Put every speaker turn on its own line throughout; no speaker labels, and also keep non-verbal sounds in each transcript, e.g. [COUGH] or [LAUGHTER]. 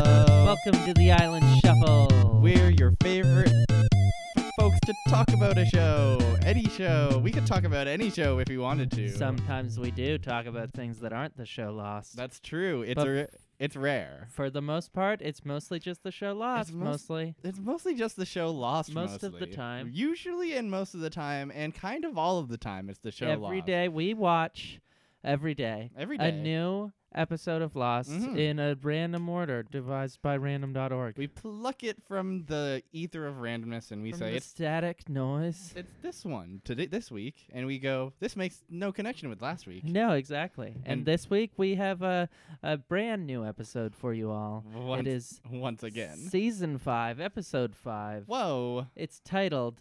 Welcome to the Island Shuffle.
We're your favorite folks to talk about a show, any show. We could talk about any show if we wanted to.
Sometimes we do talk about things that aren't the show Lost.
That's true. It's
But-
a, it's rare.
For the most part, it's mostly just the show Lost.
most-
mostly.
It's mostly just the show Lost.
Most of the
mostly.
time.
Usually, and most of the time, and kind of all of the time, it's the show
every day
Lost.
we watch, every day,
Every
a
day.
new episode of Lost
Mhm.
in a random order devised by random.org.
We pluck it from the ether of randomness, and we
From
say
the
it's
static noise.
it's this one today, this week, and we go. This makes no connection with last week.
No, exactly. And,
And-
this week we have a, a brand new episode for you all.
Once,
it is
once again.
season five, episode five.
Whoa,
It's titled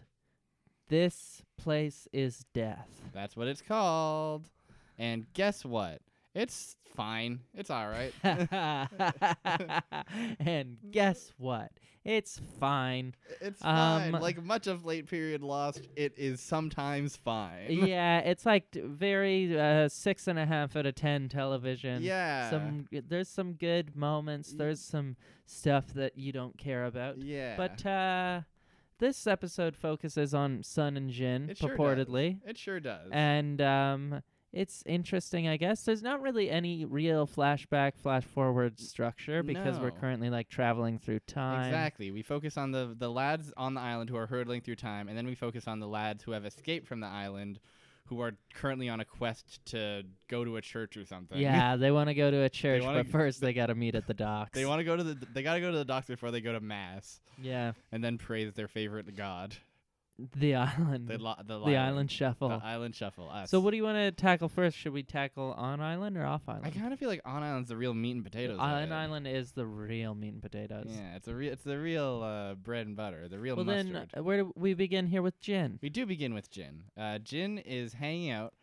This Place is Death. [LAUGHS]
that's what it's called. And guess what? It's fine. It's all right.
and guess what? It's fine.
It's fine.
Um,
like much of late period Lost, it is sometimes fine. [LAUGHS]
yeah, it's like t- very uh, six and a half out of ten television.
[LAUGHS] Yeah.
Some g- there's some good moments.
Y-
There's some stuff that you don't care about.
yeah.
But uh, this episode focuses on Sun and Jin
It sure does.
purportedly.
it sure does.
and um it's interesting i guess there's not really any real flashback flash forward structure because we're
No.
currently like traveling through time
Exactly. We focus on the the lads on the island who are hurtling through time, and then we focus on the lads who have escaped from the island, who are currently on a quest to go to a church or something.
yeah they want to go to a church
wanna
but
g-
first they got to meet at the docks
[LAUGHS] They want to go to the. They gotta go to the docks before they go to mass,
yeah
and then praise their favorite god.
the [LAUGHS] island
The lo- the,
Mm-hmm. the island shuffle
The island shuffle. Us.
so what do you want to tackle first should we tackle on island or off island
I kind of feel like on island's the real meat and potatoes. of
on
it.
island is the real meat and potatoes
Yeah, it's a real. It's the real uh, bread and butter. The real
well
mustard.
then uh, where do we begin here with gin
We do begin with Jin. Uh, Jin is hanging out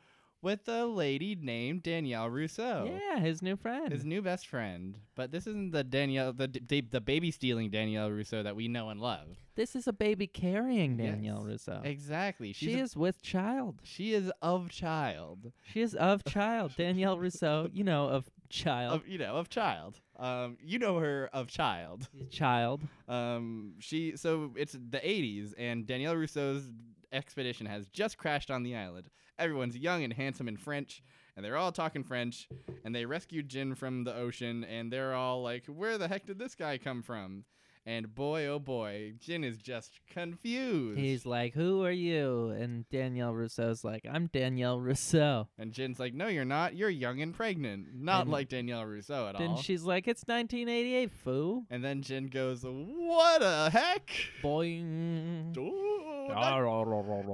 with a lady named Danielle Rousseau.
yeah his new friend
Oh. His new best friend, but this isn't the Danielle, the d- the baby stealing Danielle Russo that we know and love.
this is a baby carrying danielle
Yes.
rousseau
Exactly. She's
She
a-
is with child.
she is of child,
She is of child. Danielle Rousseau, you know, of child.
of you know of child. Um, you know her of child.
Child.
Um, she so it's the 80s, and Danielle Rousseau's expedition has just crashed on the island. Everyone's young and handsome and French, and they're all talking French. And they rescued Jin from the ocean, and they're all like, "Where the heck did this guy come from?" And boy, oh boy, Jin is just confused.
He's like, Who are you? And Danielle Rousseau's like, I'm Danielle Rousseau.
and Jin's like, "No, you're not. You're young and pregnant. Not
And
like Danielle Rousseau at all."
Then she's like, It's 1988, foo.
and then Jin goes, "What the heck?
Boing.
Ooh,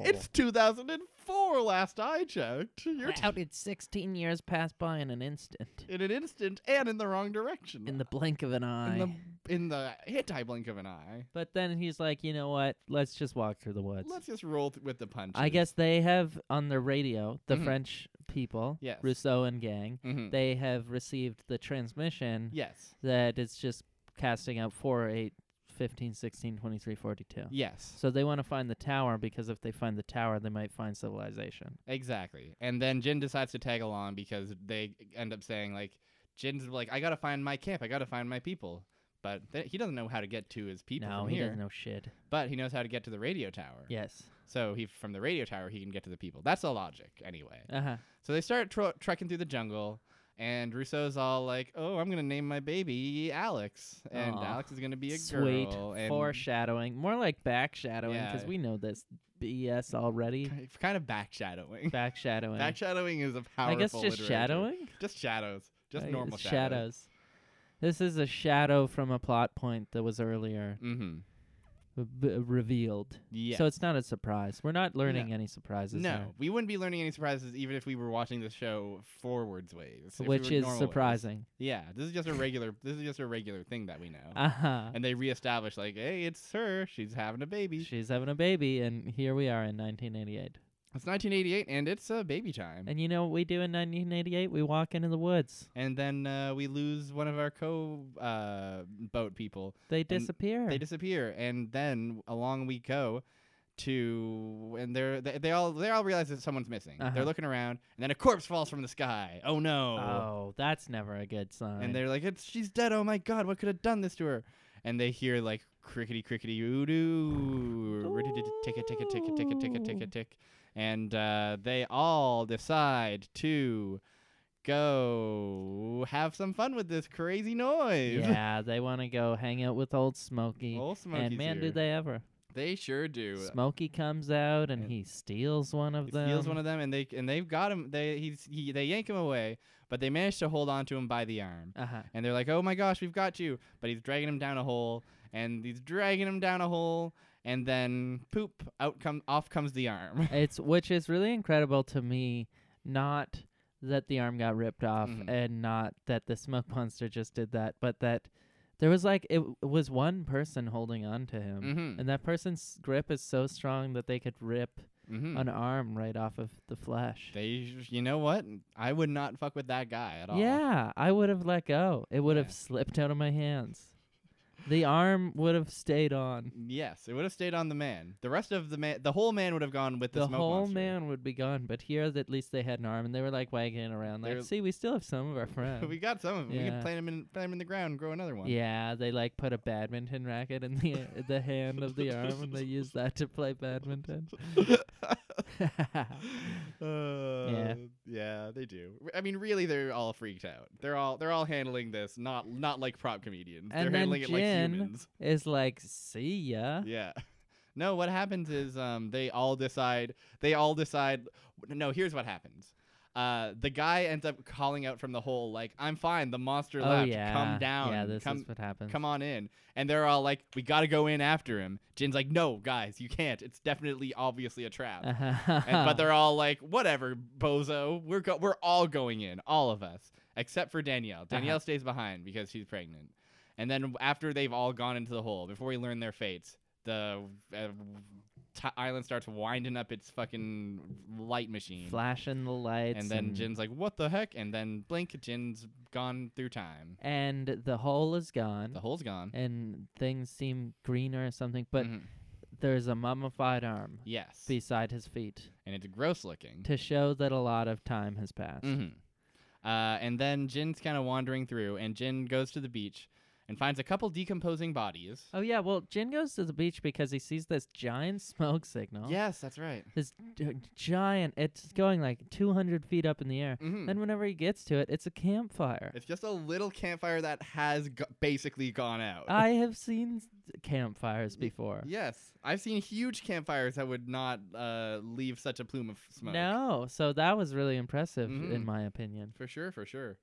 that It's
It's
2004 last I checked. You're t-
out. It's 16 years passed by in an instant,
in an instant and in the wrong direction.
in the blink of an eye.
in the, in the anti blink of an eye.
but then he's like, You know what? Let's just walk through the woods.
Let's just roll th- with the punches.
I guess they have on their radio, the
Mhm.
French people,
Yes.
Rousseau and gang.
Mhm.
they have received the transmission
yes.
that it's just casting out 4, 8, 15, 16, 23, 42.
Yes.
So they want to find the tower because if they find the tower, they might find civilization.
Exactly. And then Jin decides to tag along because they end up saying like, Jin's like, I gotta find my camp. I gotta find my people. But th- he doesn't know how to get to his people
no,
from
he
here.
doesn't know shit.
But he knows how to get to the radio tower.
Yes.
So he from the radio tower he can get to the people. That's the logic anyway.
Uh huh.
So they start tro- trekking through the jungle, and Rousseau's all like, "Oh, I'm gonna name my baby Alex, and
Aw,
Alex is gonna be a
Sweet.
girl." And
Foreshadowing. More like backshadowing because
Yeah.
we know this BS already.
[LAUGHS] ki- [LAUGHS] kind of back shadowing.
Backshadowing.
Back shadowing is a
I
powerful.
guess just
literature.
shadowing?
Just shadows. Just
I-
normal shadows.
shadows. This is a shadow from a plot point that was earlier
Mm-hmm.
b- b- revealed.
Yeah.
So it's not a surprise. We're not learning any surprises.
no,
here,
we wouldn't be learning any surprises even if we were watching the show forwards ways, if we
which
were
is
normal ways. [LAUGHS]
surprising.
Yeah, this is just a regular. this is just a regular thing that we know.
Uh huh.
and they reestablish like, "Hey, it's her. She's having a baby.
She's having a baby, and here we are in 1988.
It's 1988, and it's uh, baby time."
And you know what we do in 1988? We walk into the woods.
and then uh, we lose one of our co uh, boat people.
They disappear.
They disappear, and then along we go to and they're they, they all they all realize that someone's missing.
Uh-huh.
They're looking around, and then a corpse falls from the sky. Oh no!
oh, that's never a good sign.
And they're like, "It's she's dead. Oh my god, what could have done this to her?" and they hear like crickety crickety oo doo tick a tick a tick a tick a tick a tick a
Ooh.
tick and uh, they all decide to go have some fun with this crazy noise.
yeah, they want to go hang out with old Smokey.
[LAUGHS] Old Smokey's
and man,
here.
did they ever!
They sure do.
Smokey comes out and,
And
he steals one of
He
them.
steals one of them, and they and they've got him. They he's he they yank him away, but they manage to hold on to him by the arm.
uh-huh.
And they're like, "Oh my gosh, we've got you!" But he's dragging him down a hole, and he's dragging him down a hole, and then poop, out come off comes
[LAUGHS]
the arm. [LAUGHS]
It's which is really incredible to me. Not that the arm got ripped off,
Mhm.
and not that the smoke [LAUGHS] monster just did that, but that there was like it w- was one person holding on to him,
mm-hmm.
and that person's grip is so strong that they could rip
Mm-hmm.
an arm right off of the flesh.
They, you know what? I would not fuck with that guy at all.
Yeah, I would have let go. It would
Yeah.
have slipped out of my hands.
[LAUGHS]
The arm would have stayed on.
Yes, it would have stayed on the man. The rest of the man, the whole man would have gone with the,
The
smoke
whole
monster. [LAUGHS]
man would be gone, but here at least they had an arm and they were like wagging it around. Like,
They're-
see, we still have some of our friends.
[LAUGHS] we got some of them. We could
Yeah.
plant him in, plant him in the ground, and grow another [LAUGHS] one.
Yeah, they like put a badminton racket in the uh, the hand of the arm, and they use that to play
[LAUGHS]
badminton.
yeah. Uh, Yeah, they do. R- I mean, really, they're all freaked out. They're all they're all handling this not not like prop comedians. they're
And then
handling it like
Jin-
humans.
Is like, see ya.
Yeah. [LAUGHS] No, what happens is um they all decide they all decide no, here's what happens. Uh the guy ends up calling out from the hole like I'm fine, the monster
oh
left.
yeah,
Come down.
Yeah, this
come
is what happens. [LAUGHS]
come on in. And they're all like we got to go in after him. Jin's like no, guys, you can't. It's definitely obviously a trap. And, but they're all like, whatever, bozo. We're go- we're all going in, all of us, except for Danielle. Danielle stays behind because she's pregnant. And then after they've all gone into the hole, before we learn their fates, the uh, t- island starts winding up its fucking light machine.
[LAUGHS] flashing the lights,
and then Jin's like, what the heck? And then blink, Jin's gone through time.
and the hole is gone,
The hole's gone.
and things seem greener or something. Eh, But
Mhm.
there's a mummified arm
yes, Mm-hmm.
beside his feet
and it's gross looking.
to show that a lot of time has passed.
hmm Uh, and then Jin's kind of wandering through, and Jin goes to the beach and finds a couple decomposing bodies.
Oh yeah, well Jin goes to the beach because he sees this giant smoke signal.
Yes, that's right.
this gi- giant it's going like 200 feet up in the air
Mhm.
then whenever he gets to it it's a campfire
It's just a little campfire that has go- basically gone out.
i have seen s- campfires before
yes, I've seen huge campfires that would not uh, leave such a plume of smoke.
no so that was really impressive
Mhm.
in my opinion
for sure, for sure.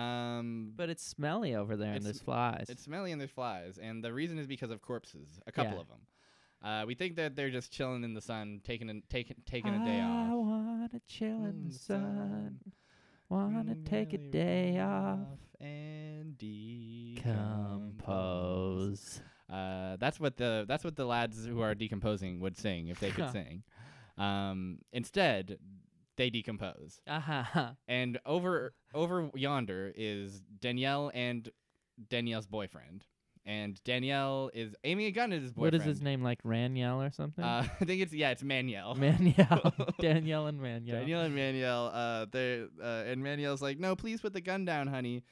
Um,
but it's smelly over there and
It's-
there's flies
It's smelly and there's flies, and the reason is because of corpses. A couple
Yeah.
of them. Uh, we think that they're just chilling in the sun, taking a, taking taking a day
i
off.
wanna chill in the sun wanna take a day off
and decompose.
compose [LAUGHS]
Uh, that's what the that's what the lads who are decomposing would sing if they
[LAUGHS]
could sing. Um, instead, they decompose,
uh-huh.
and over over yonder is Danielle and Danielle's boyfriend, and Danielle is aiming a gun at his
what
boyfriend.
is his name like raniel or something [LAUGHS]
Uh, [LAUGHS] I think it's yeah, it's Maniel.
Maniel,
[LAUGHS]
Danielle, and Maniel.
Danielle and Maniel, uh, they uh, and Maniel's like, no, please put the gun down, honey.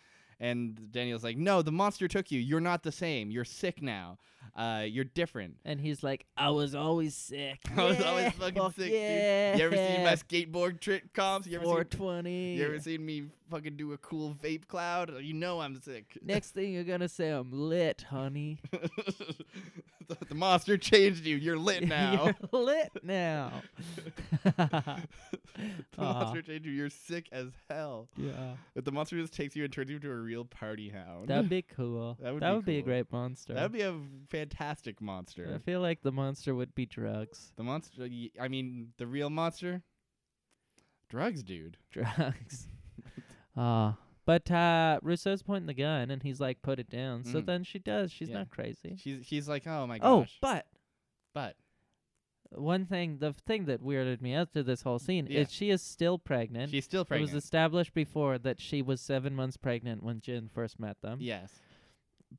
And Daniel's like, no, the monster took you. You're not the same. You're sick now. Uh, you're different. [LAUGHS]
And he's like, I was always sick.
I was
Yeah,
always fucking
fuck
sick,
yeah.
dude. You ever seen my skateboard trick comps? You ever seen?
420.
You ever seen me fucking do a cool vape cloud? You know I'm sick.
[LAUGHS]
[LAUGHS]
Next thing you're gonna say, I'm lit, honey.
the, the monster changed you.
[LAUGHS]
You're [LAUGHS] lit now. [LAUGHS]
you're lit now. [LAUGHS]
the
Aw.
monster changed you. You're sick as hell.
yeah,
But the monster just takes you and turns you into a real party hound.
that'd be cool.
That would
that
be
would be a
cool.
great monster.
That'd be a fantastic
I
monster.
feel like the monster would be drugs. [LAUGHS]
The monster, y- I mean, the real monster? Drugs, dude. [LAUGHS]
Drugs. Ah. But uh, Rousseau's pointing the gun, and he's like, "Put it down." So
Mm.
then she does. She's
Yeah.
not crazy.
She's, she's like, oh my
Oh,
gosh.
but
but.
one thing, the thing that weirded me out through this whole scene
Yeah.
is she is still pregnant.
She's still
It
pregnant.
was established before that she was seven months pregnant when Jin first met them.
yes.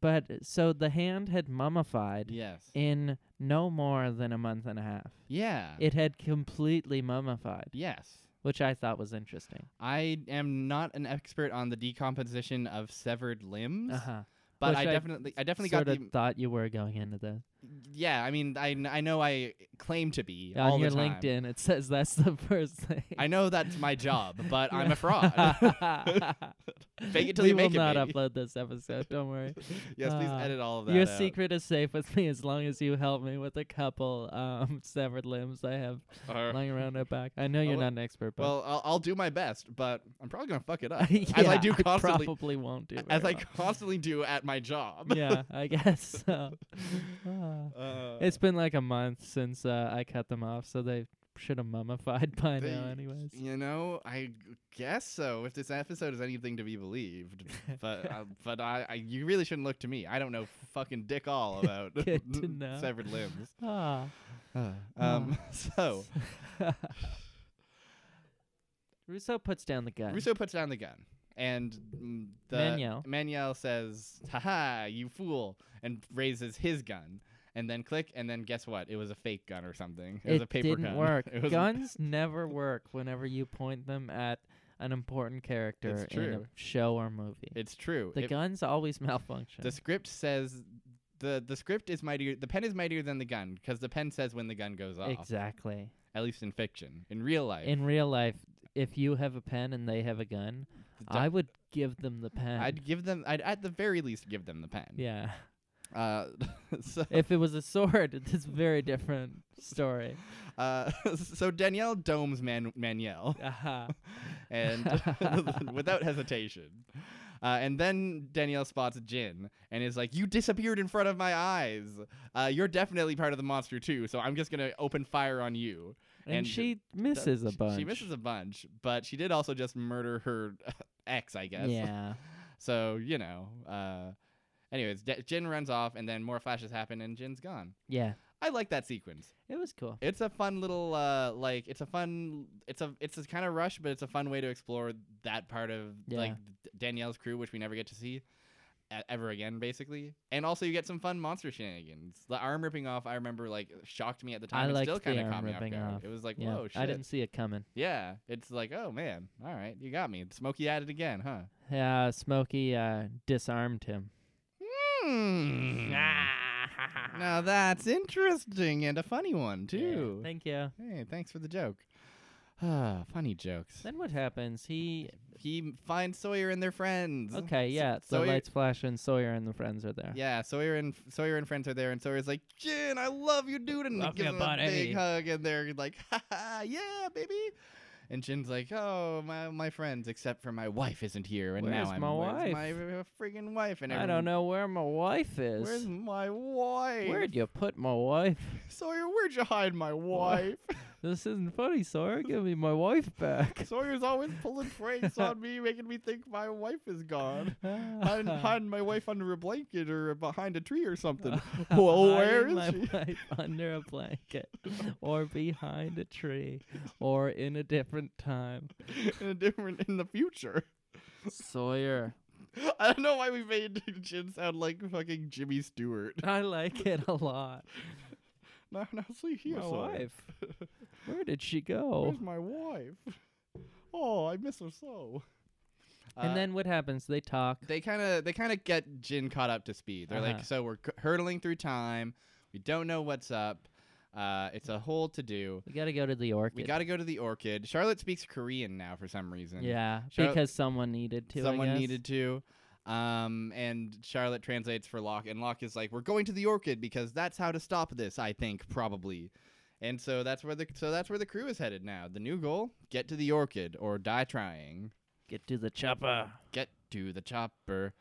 But so the hand had mummified
Yes.
in no more than a month and a half.
yeah.
It had completely mummified,
yes.
which I thought was interesting.
I am not an expert on the decomposition of severed limbs,
Uh huh.
But
Which
I
I
definitely, I definitely got
sort
the.
of thought you were going into this.
Yeah, I mean, I, kn- I know I claim to be all
On your
the time.
LinkedIn, it says that's the [LAUGHS] first thing.
I know that's my job,
[LAUGHS]
but I'm
Yeah.
a fraud. Fake it till
we
you make it,
will not
baby.
upload this episode. Don't worry.
[LAUGHS] yes, please
Uh,
edit all of that.
Your
out.
secret is safe with me as long as you help me with a couple um, [LAUGHS] severed limbs I have
Or-
lying around my back. I know you're
Well,
not an expert, but [LAUGHS]
well, I'll, I'll do my best, but I'm probably gonna fuck it up, as I
Yeah,
do constantly,
probably won't do.
as I
very
constantly do at my job. [LAUGHS]
well. yeah, I guess so. Uh,
Uh,
it's been like a month since uh, I cut them off, so they should have mummified [LAUGHS] by
They-
now, anyways.
You know, I guess so. If this episode is anything to
[LAUGHS]
be believed, but uh, but I, I you really shouldn't look to me. I don't know fucking dick all
[LAUGHS]
about
Good
[LAUGHS]
to know. [SIGHS]
severed limbs.
Ah.
um, [LAUGHS] so
[LAUGHS] Rousseau puts down the gun.
Rousseau puts down the gun, and mm, the
Manuel.
Manuel says, "Haha, you fool!" and raises his gun. And then click, and then guess what? It was a fake gun or something. It, was a paper
didn't
gun. [LAUGHS]
work.
It was a-
Guns never work whenever you point them at an important character in a
true.
show or movie.
it's true.
the
It-
guns always [LAUGHS] malfunction.
The script says the the script is mightier. The pen is mightier than the gun because the pen says when the gun goes off.
exactly.
At least in fiction. In real life,
In real life, if you have a pen and they have a gun,
the
I
doc-
would give them the pen.
I'd give them. I'd at the very least give them the
[LAUGHS]
pen. [LAUGHS]
yeah.
Uh, so
if it was a sword, [LAUGHS] it's a very different
[LAUGHS]
story.
uh, so Danielle domes Man- Manuel, [LAUGHS]
Uh-huh.
and [LAUGHS] without hesitation. Uh, and then Danielle spots Jin and is like, "You disappeared in front of my eyes. Uh, you're definitely part of the monster too. So I'm just gonna open fire on you."
And,
And
she
Does-
misses a
sh-
bunch.
She misses a bunch, but she did also just murder her [LAUGHS] ex, I guess.
Yeah.
So you know. Uh, anyways, D- Jin runs off, and then more flashes happen, and Jin's gone.
Yeah.
I like that sequence.
It was cool.
It's a fun little uh, like it's a fun it's a it's a kind of rush, but it's a fun way to explore that part of
Yeah.
like D- Danielle's crew, which we never get to see. e- Ever again, basically, and also you get some fun monster shenanigans. The arm ripping off, I remember, like shocked me at the time.
I
it
liked
still
the
kind of
arm
caught me off
ripping
guard.
off.
It was like,
yeah.
whoa, shit!
I didn't see it coming.
Yeah, it's like, oh man, all right, you got me. Smokey at it again, huh?
Yeah, Smokey uh, disarmed him.
Hmm. now that's interesting and a funny one
Yeah,
too.
thank you.
hey, thanks for the joke. [SIGHS] Ah, funny jokes.
Then what happens? He
He m- finds Sawyer and their friends.
okay,
S-
yeah. The
Sawyer,
lights flash and Sawyer and the friends are there.
[LAUGHS] Yeah, Sawyer and Sawyer and friends are there, and Sawyer's like, "Jin, I love you, dude," and
Love
gives
ya,
him a
buddy.
big hug, and they're like, "Ha ha, yeah, baby." And Jin's like, "Oh, my my friends, except for my wife isn't here, and
Where's
now I'm
my
where's
wife?
my uh, friggin' wife, and
I
everyone-
don't know where my wife
Where's
is.
my wife?
Where'd you put my wife? [LAUGHS]
[LAUGHS] Sawyer, where'd you hide my wife? [LAUGHS]
This isn't funny, Sawyer. Give me my wife
[LAUGHS]
back.
Sawyer's always pulling pranks on me, making me think my wife is gone.
[LAUGHS]
Hiding, hiding my wife under a blanket or behind a tree
[LAUGHS]
or something. [LAUGHS] Well, where
Hiding
is
my
she?
[LAUGHS] wife under a blanket, or behind a tree, or in a different time. [LAUGHS]
[LAUGHS] in a different in the future. [LAUGHS]
Sawyer,
I don't know why we made [LAUGHS] Jin sound like fucking Jimmy Stewart. [LAUGHS]
I like it a lot.
Now, now see here,
my
Sawyer.
wife.
[LAUGHS]
Where did she go?
Where's my wife? [LAUGHS] Oh, I miss her so. Uh,
and then what happens? They talk.
they kind of they kind of get Jin caught up to speed. They're
Uh-huh.
like, so we're c- hurtling through time. We don't know what's up. Uh, it's a whole to do.
We gotta go to the orchid.
We got to go to the orchid. Charlotte speaks Korean now for some reason.
yeah,
Shout-
because someone needed to. I
someone
guess.
needed to. Um, and Charlotte translates for Locke, and Locke is like, "We're going to the orchid because that's how to stop this. I think probably." And so that's where the so that's where the crew is headed now. The new goal: get to the orchid or die trying.
get to the chopper.
Get to the chopper.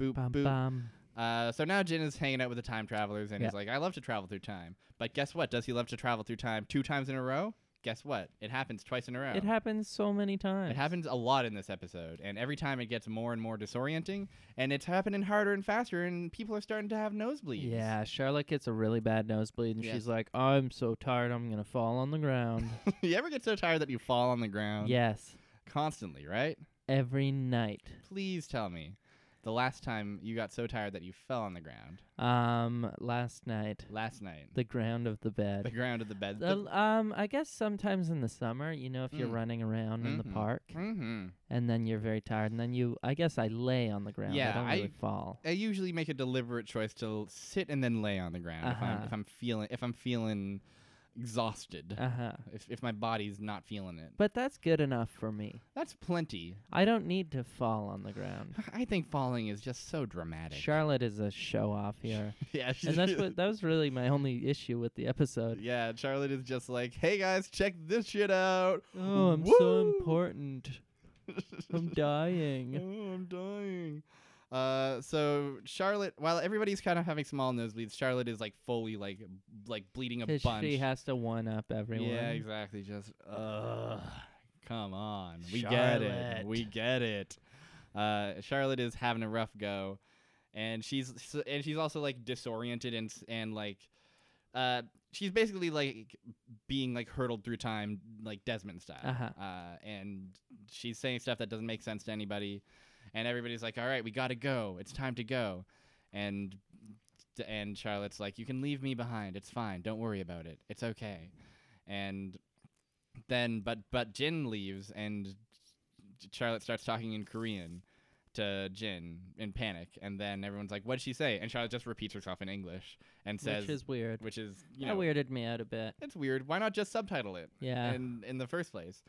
Boop
Bum
boop.
bum.
Uh, so now Jin is hanging out with the time travelers and he's
Yeah.
like, I love to travel through time. But guess what? Does he love to travel through time two times in a row? Guess what? It happens twice in a row.
It happens so many
Oh. It
times.
happens a lot in this episode, and every time it gets more and more disorienting, and it's happening harder and faster, and people are starting to have nosebleeds.
Yeah, Charlotte gets a really bad nosebleed, and
Yeah.
she's like, "I'm so tired, I'm gonna fall on the ground."
[LAUGHS] you ever get so tired that you fall on the [LAUGHS] ground?
yes,
Constantly, right?
every night.
Please tell me. The last time you got so tired that you fell on the ground.
Um, last night,
Last night.
the ground of the
The
bed.
ground of the bed.
The- um, I guess sometimes in the summer, you know, if you're
Mm.
running around in the
Mhm.
park,
hmm
and then you're very tired, and then you, I guess, I lay on the ground. I
Yeah,
don't really
I-
fall.
I usually make a deliberate choice to l- sit and then lay on the ground if, I'm,
Uh-huh.
if I'm feeling if I'm feeling exhausted.
Uh huh.
If if my body's not feeling it,
But that's good enough for me.
that's plenty.
I don't need to fall on the ground.
I think falling is just so dramatic.
Charlotte is a show
[LAUGHS]
off here,
yeah,
and that's what that was really my only issue with the episode.
[LAUGHS] Yeah, Charlotte is just like, "Hey guys, check this shit out."
Oh, I'm so
Woo!
important.
[LAUGHS]
I'm dying.
Oh, I'm dying. Uh, so Charlotte, while everybody's kind of having small nosebleeds, Charlotte is like fully like b- like bleeding a
'Cause
bunch.
she has to one up everyone.
Yeah, exactly. Just uh come on. We get
Charlotte.
it. We get it. Uh Charlotte is having a rough go and she's s- and she's also like disoriented and s- and like uh she's basically like being like hurtled through time like Desmond style.
Uh-huh.
Uh and she's saying stuff that doesn't make sense to anybody and everybody's like, "All right, we got to go. It's time to go." And and Charlotte's like, "You can leave me behind. It's fine. Don't worry about it. It's okay." And then, but but Jin leaves, and Charlotte starts talking in Korean to Jin in panic, and then everyone's like, "What'd she say?" And Charlotte just repeats herself in English and says,
which is weird.
which is, you
that
know,
weirded me out a bit.
it's weird. Why not just subtitle it?
Yeah.
in in the first place.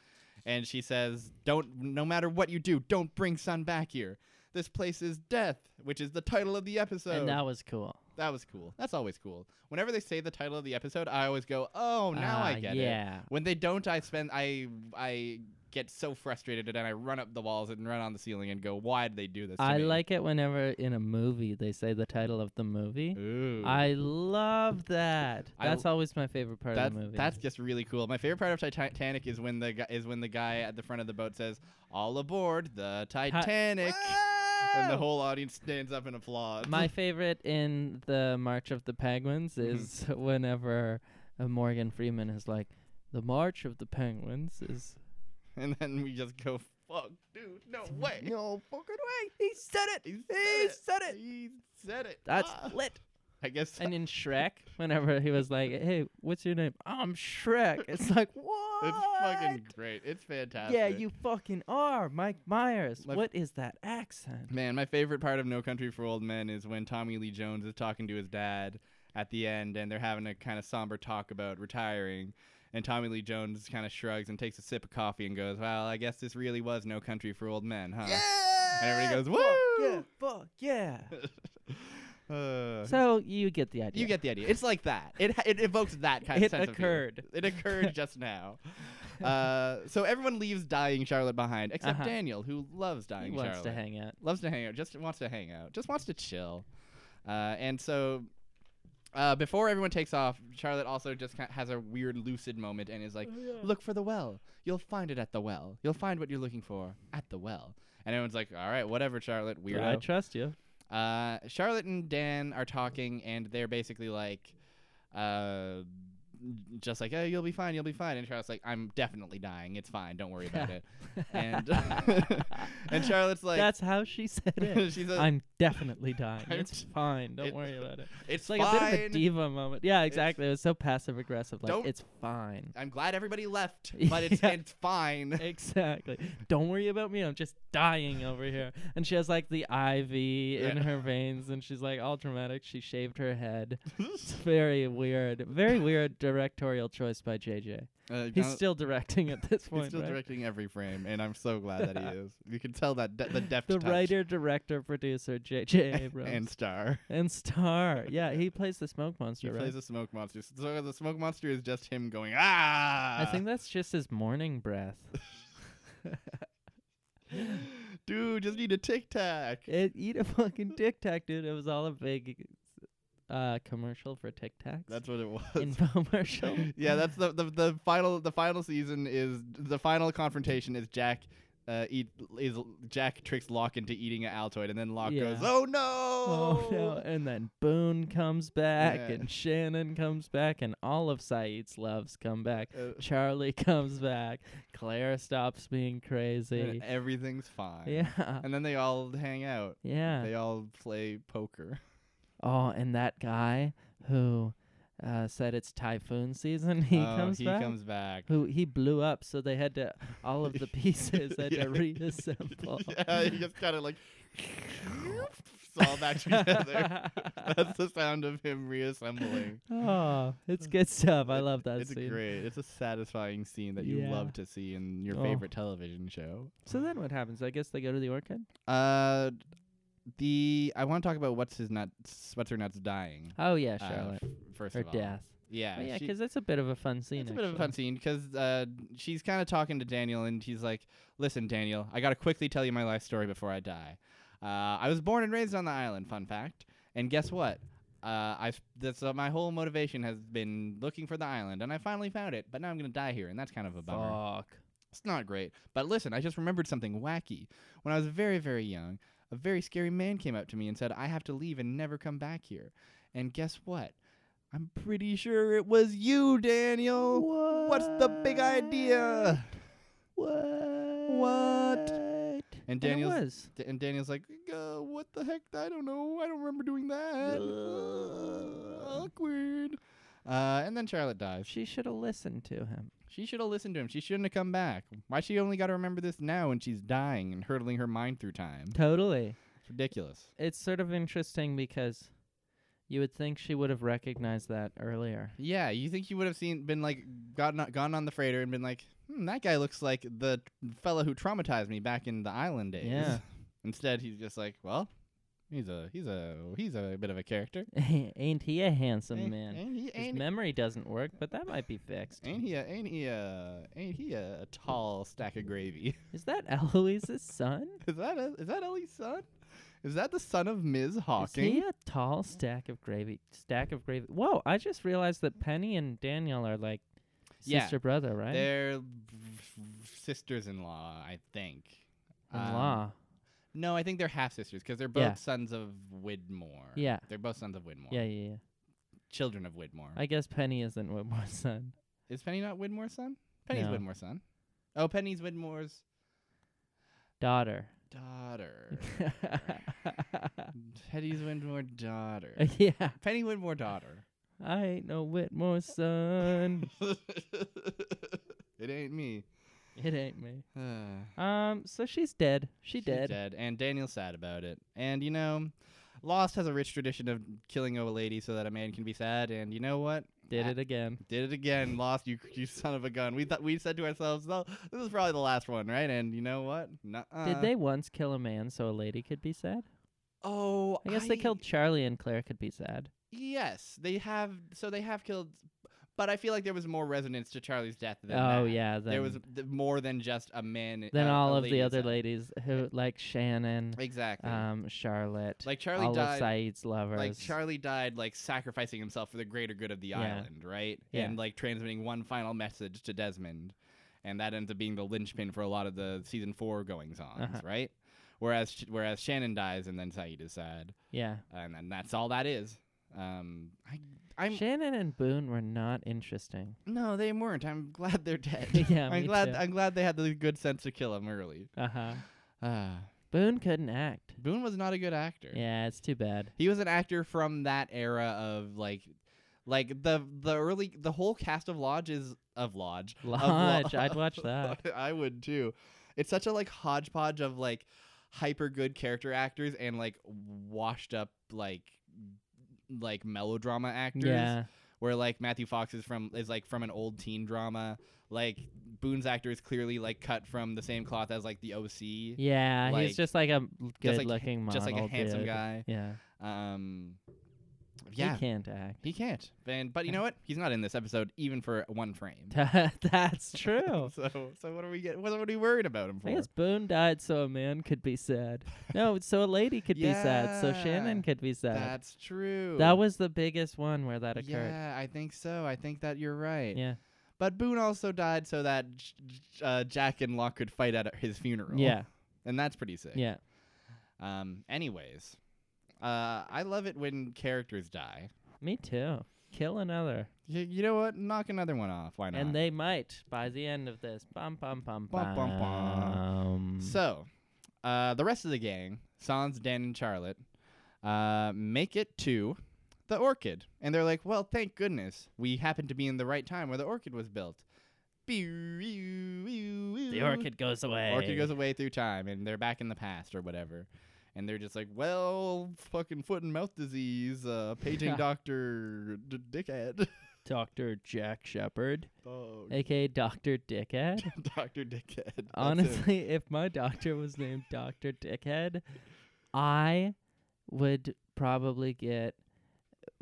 And she says, "Don't no matter what you do, don't bring Sun back here. This place is death," which is the title of the episode.
and that was cool.
that was cool. That's always cool. Whenever they say the title of the episode, I always go, "Oh, now
Ah,
I get it."
yeah.
When they don't, I spend I I get so frustrated and I run up the walls and run on the ceiling and go, "Why did they do this?" to
I
me?"
like it whenever in a movie they say the title of the movie.
Ooh.
I love that.
I l-
That's always my favorite part
that's,
of the movie.
that's just really cool. My favorite part of Titanic is when the guy, is when the guy at the front of the boat says, "All aboard the Titanic," and the
Whoa!
whole audience stands up and applauds.
My favorite in the March of the Penguins is [LAUGHS] whenever uh, Morgan Freeman is like, "The March of the Penguins is."
[LAUGHS] and then we just go, "Fuck, dude,
[LAUGHS]
no way,
No fucking way! He said it.
he
said it.
he said it."
That's
Ah.
lit.
I guess.
And in Shrek, whenever he was like, "Hey, what's your name?" I'm Shrek. It's like what?
[LAUGHS] it's fucking great. It's fantastic.
Yeah, you fucking are, Mike Myers.
My-
what is that accent?
Man, my favorite part of No Country for Old Men is when Tommy Lee Jones is talking to his dad at the end and they're having a kind of somber talk about retiring. And Tommy Lee Jones kind of shrugs and takes a sip of coffee and goes, Well, I guess this really was No Country for Old Men, huh? And everybody goes,
Yeah,
Woo!
fuck yeah.
Uh,
so you get the idea.
you get the idea. It's like that. It, it evokes that kind
it
of sense of feeling.
occurred.
It
[LAUGHS]
occurred just now. Uh, so everyone leaves dying Charlotte behind, except
Uh-huh.
Daniel, who loves dying
He wants
Charlotte.
to hang out.
loves to hang out. Just wants to hang out. Just wants to chill. Uh, and so, uh, before everyone takes off, Charlotte also just kind has a weird lucid moment and is like, "Look for the well. You'll find it at the well. You'll find what you're looking for at the well." And everyone's like, "All right, whatever, Charlotte,
I
weirdo."
trust you.
Uh, Charlotte and Dan are talking, and they're basically like, uh, just like, "Oh, you'll be fine. You'll be fine." And Charlotte's like, "I'm definitely dying. It's fine. Don't worry about it."
[LAUGHS]
And [LAUGHS] and Charlotte's like, [LAUGHS]
that's how she said it.
she says,
I'm definitely dying.
I'm
it's fine. Don't
it-
worry about it.
It's
It's like
fine.
a bit of a diva moment. Yeah, exactly. It was so passive aggressive. Like
Don't-
it's
[LAUGHS]
fine.
I'm glad
[LAUGHS]
everybody left, but it's
Yeah.
it's
[LAUGHS]
fine. [LAUGHS]
exactly. Don't worry about me. I'm just dying over here. And she has like the IV in
Yeah.
her veins, and she's like all dramatic. She shaved her head.
Uh,
It's very weird. Very weird directorial choice by JJ.
Uh,
He's
John-
still directing at this point.
[LAUGHS] he's still
right?
directing every frame, and I'm so glad that he
[LAUGHS]
is. You can tell that de- the depth
the
touch
writer, director, producer JJ Abrams
[LAUGHS] and
and,
star.
star. Yeah, he plays the smoke monster,
He
right?
plays a smoke monster. So the smoke monster is just him going ah.
I
[LAUGHS]
think that's just his morning breath.
Dude, just need a tic tac.
It eat a fucking Tic Tac, dude. It was all a big uh, commercial for Tic Tacs.
That's what
[LAUGHS]
it was.
infomercial.
[LAUGHS]
[LAUGHS]
yeah, that's the, the the final the final season is the final confrontation is Jack uh, eat is Jack tricks Locke into eating an Altoid, and then Locke
Yeah.
goes, "Oh no!"
Oh no! And then Boone comes back,
Yeah.
and Shannon comes back, and all of Saeed's loves come back.
Uh,
Charlie comes back. Claire stops being crazy.
and everything's fine.
Yeah,
And then they all hang out.
yeah.
They all play poker.
Oh, and that guy who uh, said it's typhoon season, [LAUGHS] he
Oh,
comes
he
back.
comes back. [LAUGHS]
who he blew up, so they had to all of the pieces had
Yeah. [LAUGHS]
to reassemble. [LAUGHS]
yeah, he just kind of like [LAUGHS] it's
[LAUGHS]
all back together. That's the sound of him reassembling.
oh, it's
[LAUGHS]
good stuff. I
It-
love that
it's
scene.
great. It's a satisfying scene that you
Yeah.
love to see in your
Oh.
favorite television show.
So then what happens? I guess they go to the orchid.
Uh, the I want to talk about what's his nuts, what's her nuts dying.
Oh yeah,
uh,
Charlotte.
f- first
or
of all,
death.
Yeah,
Oh, yeah,
she-
because that's a bit of a fun scene.
It's a bit of a fun scene because uh, she's kind of talking to Daniel, and he's like, "Listen, Daniel, I gotta quickly tell you my life story before I die. Uh, I was born and raised on the island. Fun fact. And guess what? Uh, I that's uh, my whole motivation has been looking for the island, and I finally found it. But now I'm gonna die here, and that's kind of a bummer.
Fuck.
It's not great. But listen, I just remembered something wacky. When I was very, very young, a very scary man came up to me and said, I have to leave and never come back here. And guess what? I'm pretty sure it was you, Daniel. What's the big idea?
What?
What? And
And it
Daniel's,
was.
D- and Daniel's like, uh, what the heck? I don't know. I don't remember doing that. Uh,
Ugh.
awkward. Uh, and then Charlotte dies.
She should have listened to him.
She should have listened to him. She shouldn't have come back. Why she only got to remember this now when she's dying and hurtling her mind through time?
Totally.
It's ridiculous.
It's sort of interesting because you would think she would have recognized that earlier. [LAUGHS]
Yeah, you think you would have seen been like gotten on- gone on the freighter and been like, hmm, that guy looks like the fella who traumatized me back in the island days.
Yeah.
[LAUGHS] Instead, he's just like, well, he's a he's a he's a bit of a character.
Ain't he a handsome
Ain't-
man?
Ain't he
His
ain't,
memory doesn't work, but that might be fixed.
ain't he a ain't he a ain't he a tall stack of gravy? [LAUGHS]
Is that [LAUGHS] Eloise's son?
is that a, is that Ellie's son? Is that the son of Ms. Hawking?
Is he a tall stack of gravy? Stack of gravy. Whoa! I just realized that Penny and Daniel are like
Yeah.
sister brother, right?
They're sisters-in-law, I think.
in
Um,
law.
No, I think they're half sisters because they're both
Yeah.
sons of Widmore.
Yeah.
they're both sons of Widmore.
Yeah, yeah, yeah.
children of Widmore.
I guess Penny isn't Whitmore's [LAUGHS] son.
Is Penny not Widmore's son? Penny's
No.
Widmore's son. Oh, Penny's Widmore's [LAUGHS]
Daughter. [LAUGHS]
daughter. Teddy's Widmore daughter.
yeah.
Penny Widmore daughter.
I ain't no Whitmore's son.
[LAUGHS] it ain't me. [SIGHS]
it ain't me.
Uh.
Um. So she's dead. She
She's
dead.
And Daniel's sad about it. And you know, Lost has a rich tradition of killing a lady so that a man can be sad. And you know what?
Did
Ah.
it again.
Did it again, Lost. You you [LAUGHS] son of a gun. We thought we said to ourselves, "Oh, this is probably the last one, right?" And you know what? Nuh-uh.
Did they once kill a man so a lady could be sad?
Oh,
I guess they killed Charlie and Claire could be sad.
Yes, they have. So they have killed. But I feel like there was more resonance to Charlie's death than
oh
that.
yeah. Then,
There was th- more than just a man. uh,
then
a- a
all of the
lady's
other
death.
ladies who like Shannon,
Exactly.
um, Charlotte,
like Charlie
all
died.
of Saeed's lovers.
like Charlie died like sacrificing himself for the greater good of the
Yeah.
island, right?
Yeah.
And like transmitting one final message to Desmond. And that ends up being the linchpin for a lot of the season 4 goings on,
Uh-huh.
right? Whereas Sh- whereas Shannon dies and then Saeed is sad.
yeah.
And, and that's all that is. Um I I'm
Shannon and Boone were not interesting.
no, they weren't. I'm glad they're dead.
[LAUGHS] Yeah,
I'm
me
glad
too.
I'm glad they had the good sense to kill him early.
Uh huh.
Uh,
Boone couldn't act.
Boone was not a good actor.
Yeah, it's too bad.
He was an actor from that era of like like the the early the whole cast of Lodge is
[LAUGHS]
of Lodge. [LAUGHS] [LAUGHS] of Lo-
Lodge, I'd
[LAUGHS]
watch that.
I would too. It's such a like hodgepodge of like hyper good character actors and like washed up like like melodrama actors
Yeah,
where like Matthew Fox is from is like from an old teen drama. Like Boone's actor is clearly like cut from the same cloth as like the OC.
yeah.
Like-
he's just like a
like-
good-looking model,
Just like a handsome
dude.
guy.
Yeah,
Um yeah.
he can't act.
He can't. And but you know what? He's not in this episode even for
[LAUGHS]
one frame.
That's true.
[LAUGHS] so so what are we get? What are we worried about him for?
I guess Boone died so a man could be sad.
[LAUGHS]
No, so a lady could be sad. So
Yeah,
Shannon could be sad.
That's true.
That was the biggest one where that occurred.
Yeah, I think so. I think that you're right.
Yeah.
But Boone also died so that J- J- uh, Jack and Locke could fight at his funeral.
Yeah.
And that's pretty sick.
Yeah.
Um, anyways, uh, I love it when characters die.
Me too. Kill another.
Y- you know what? Knock another one off. Why not?
And they might by the end of this. Bum bum bum bum.
Bum, bum,
Mm.
bum. So, uh, the rest of the gang, Sans, Dan, and Charlotte, uh, make it to the orchid. And they're like, well, thank goodness we happened to be in the right time where the orchid was built. The
the orchid goes away.
Orchid goes away through time, and they're back in the past or whatever. And they're just like, well, fucking foot and mouth
[LAUGHS]
disease, uh, paging Dr. D- Dickhead.
Doctor Jack Shepard,
oh, [LAUGHS]
aka Doctor Dickhead.
Dr. Dickhead. That's him.
Honestly, [LAUGHS] if my doctor was named Dr. Dickhead, I would probably get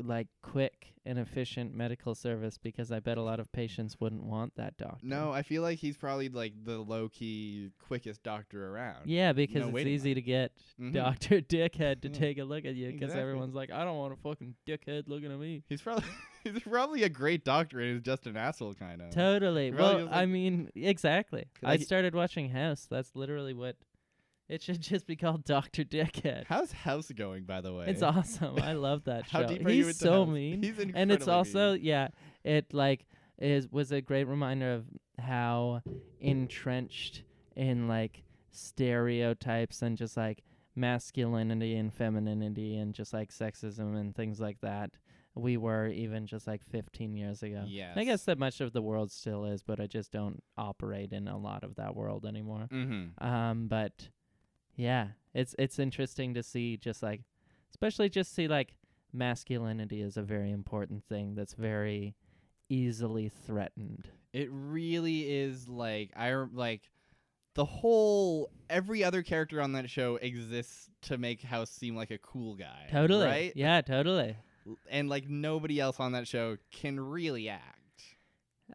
like quick and efficient medical service because I bet a lot of patients wouldn't want that doctor.
No, I feel like he's probably like the low key quickest doctor around.
Yeah, because
no
it's
waiting
easy to get
Mhm.
Dr. Dickhead to
Yeah.
take a look at you because
Hmm. Exactly.
everyone's like, I don't want a fucking dickhead looking at me.
He's probably [LAUGHS] he's probably a great doctor and he's just an asshole kind of.
Totally.
Really
Well,
just
I
like-
mean, exactly.
I
I
get-
started watching House. That's literally what it should [LAUGHS] just be called Dr. Dickhead.
How's House going by the way?
It's awesome. I
[LAUGHS]
love that show.
How deep are you
He's
into
so
House?
mean.
He's incredibly
and it's
mean.
also yeah, it like is was a great reminder of how entrenched in like stereotypes and just like masculinity and femininity and just like sexism and things like that we were even just like 15 years ago. I guess
Yes.
that much of the world still is, but I just don't operate in a lot of that world anymore.
Mhm.
Um, but yeah, it's it's interesting to see just like, especially just see like masculinity is a very important thing that's very easily threatened.
It really is like I rem- like the whole every other character on that show exists to make House seem like a cool guy.
Totally.
Eh, Right?
Yeah. Totally.
And like nobody else on that show can really act.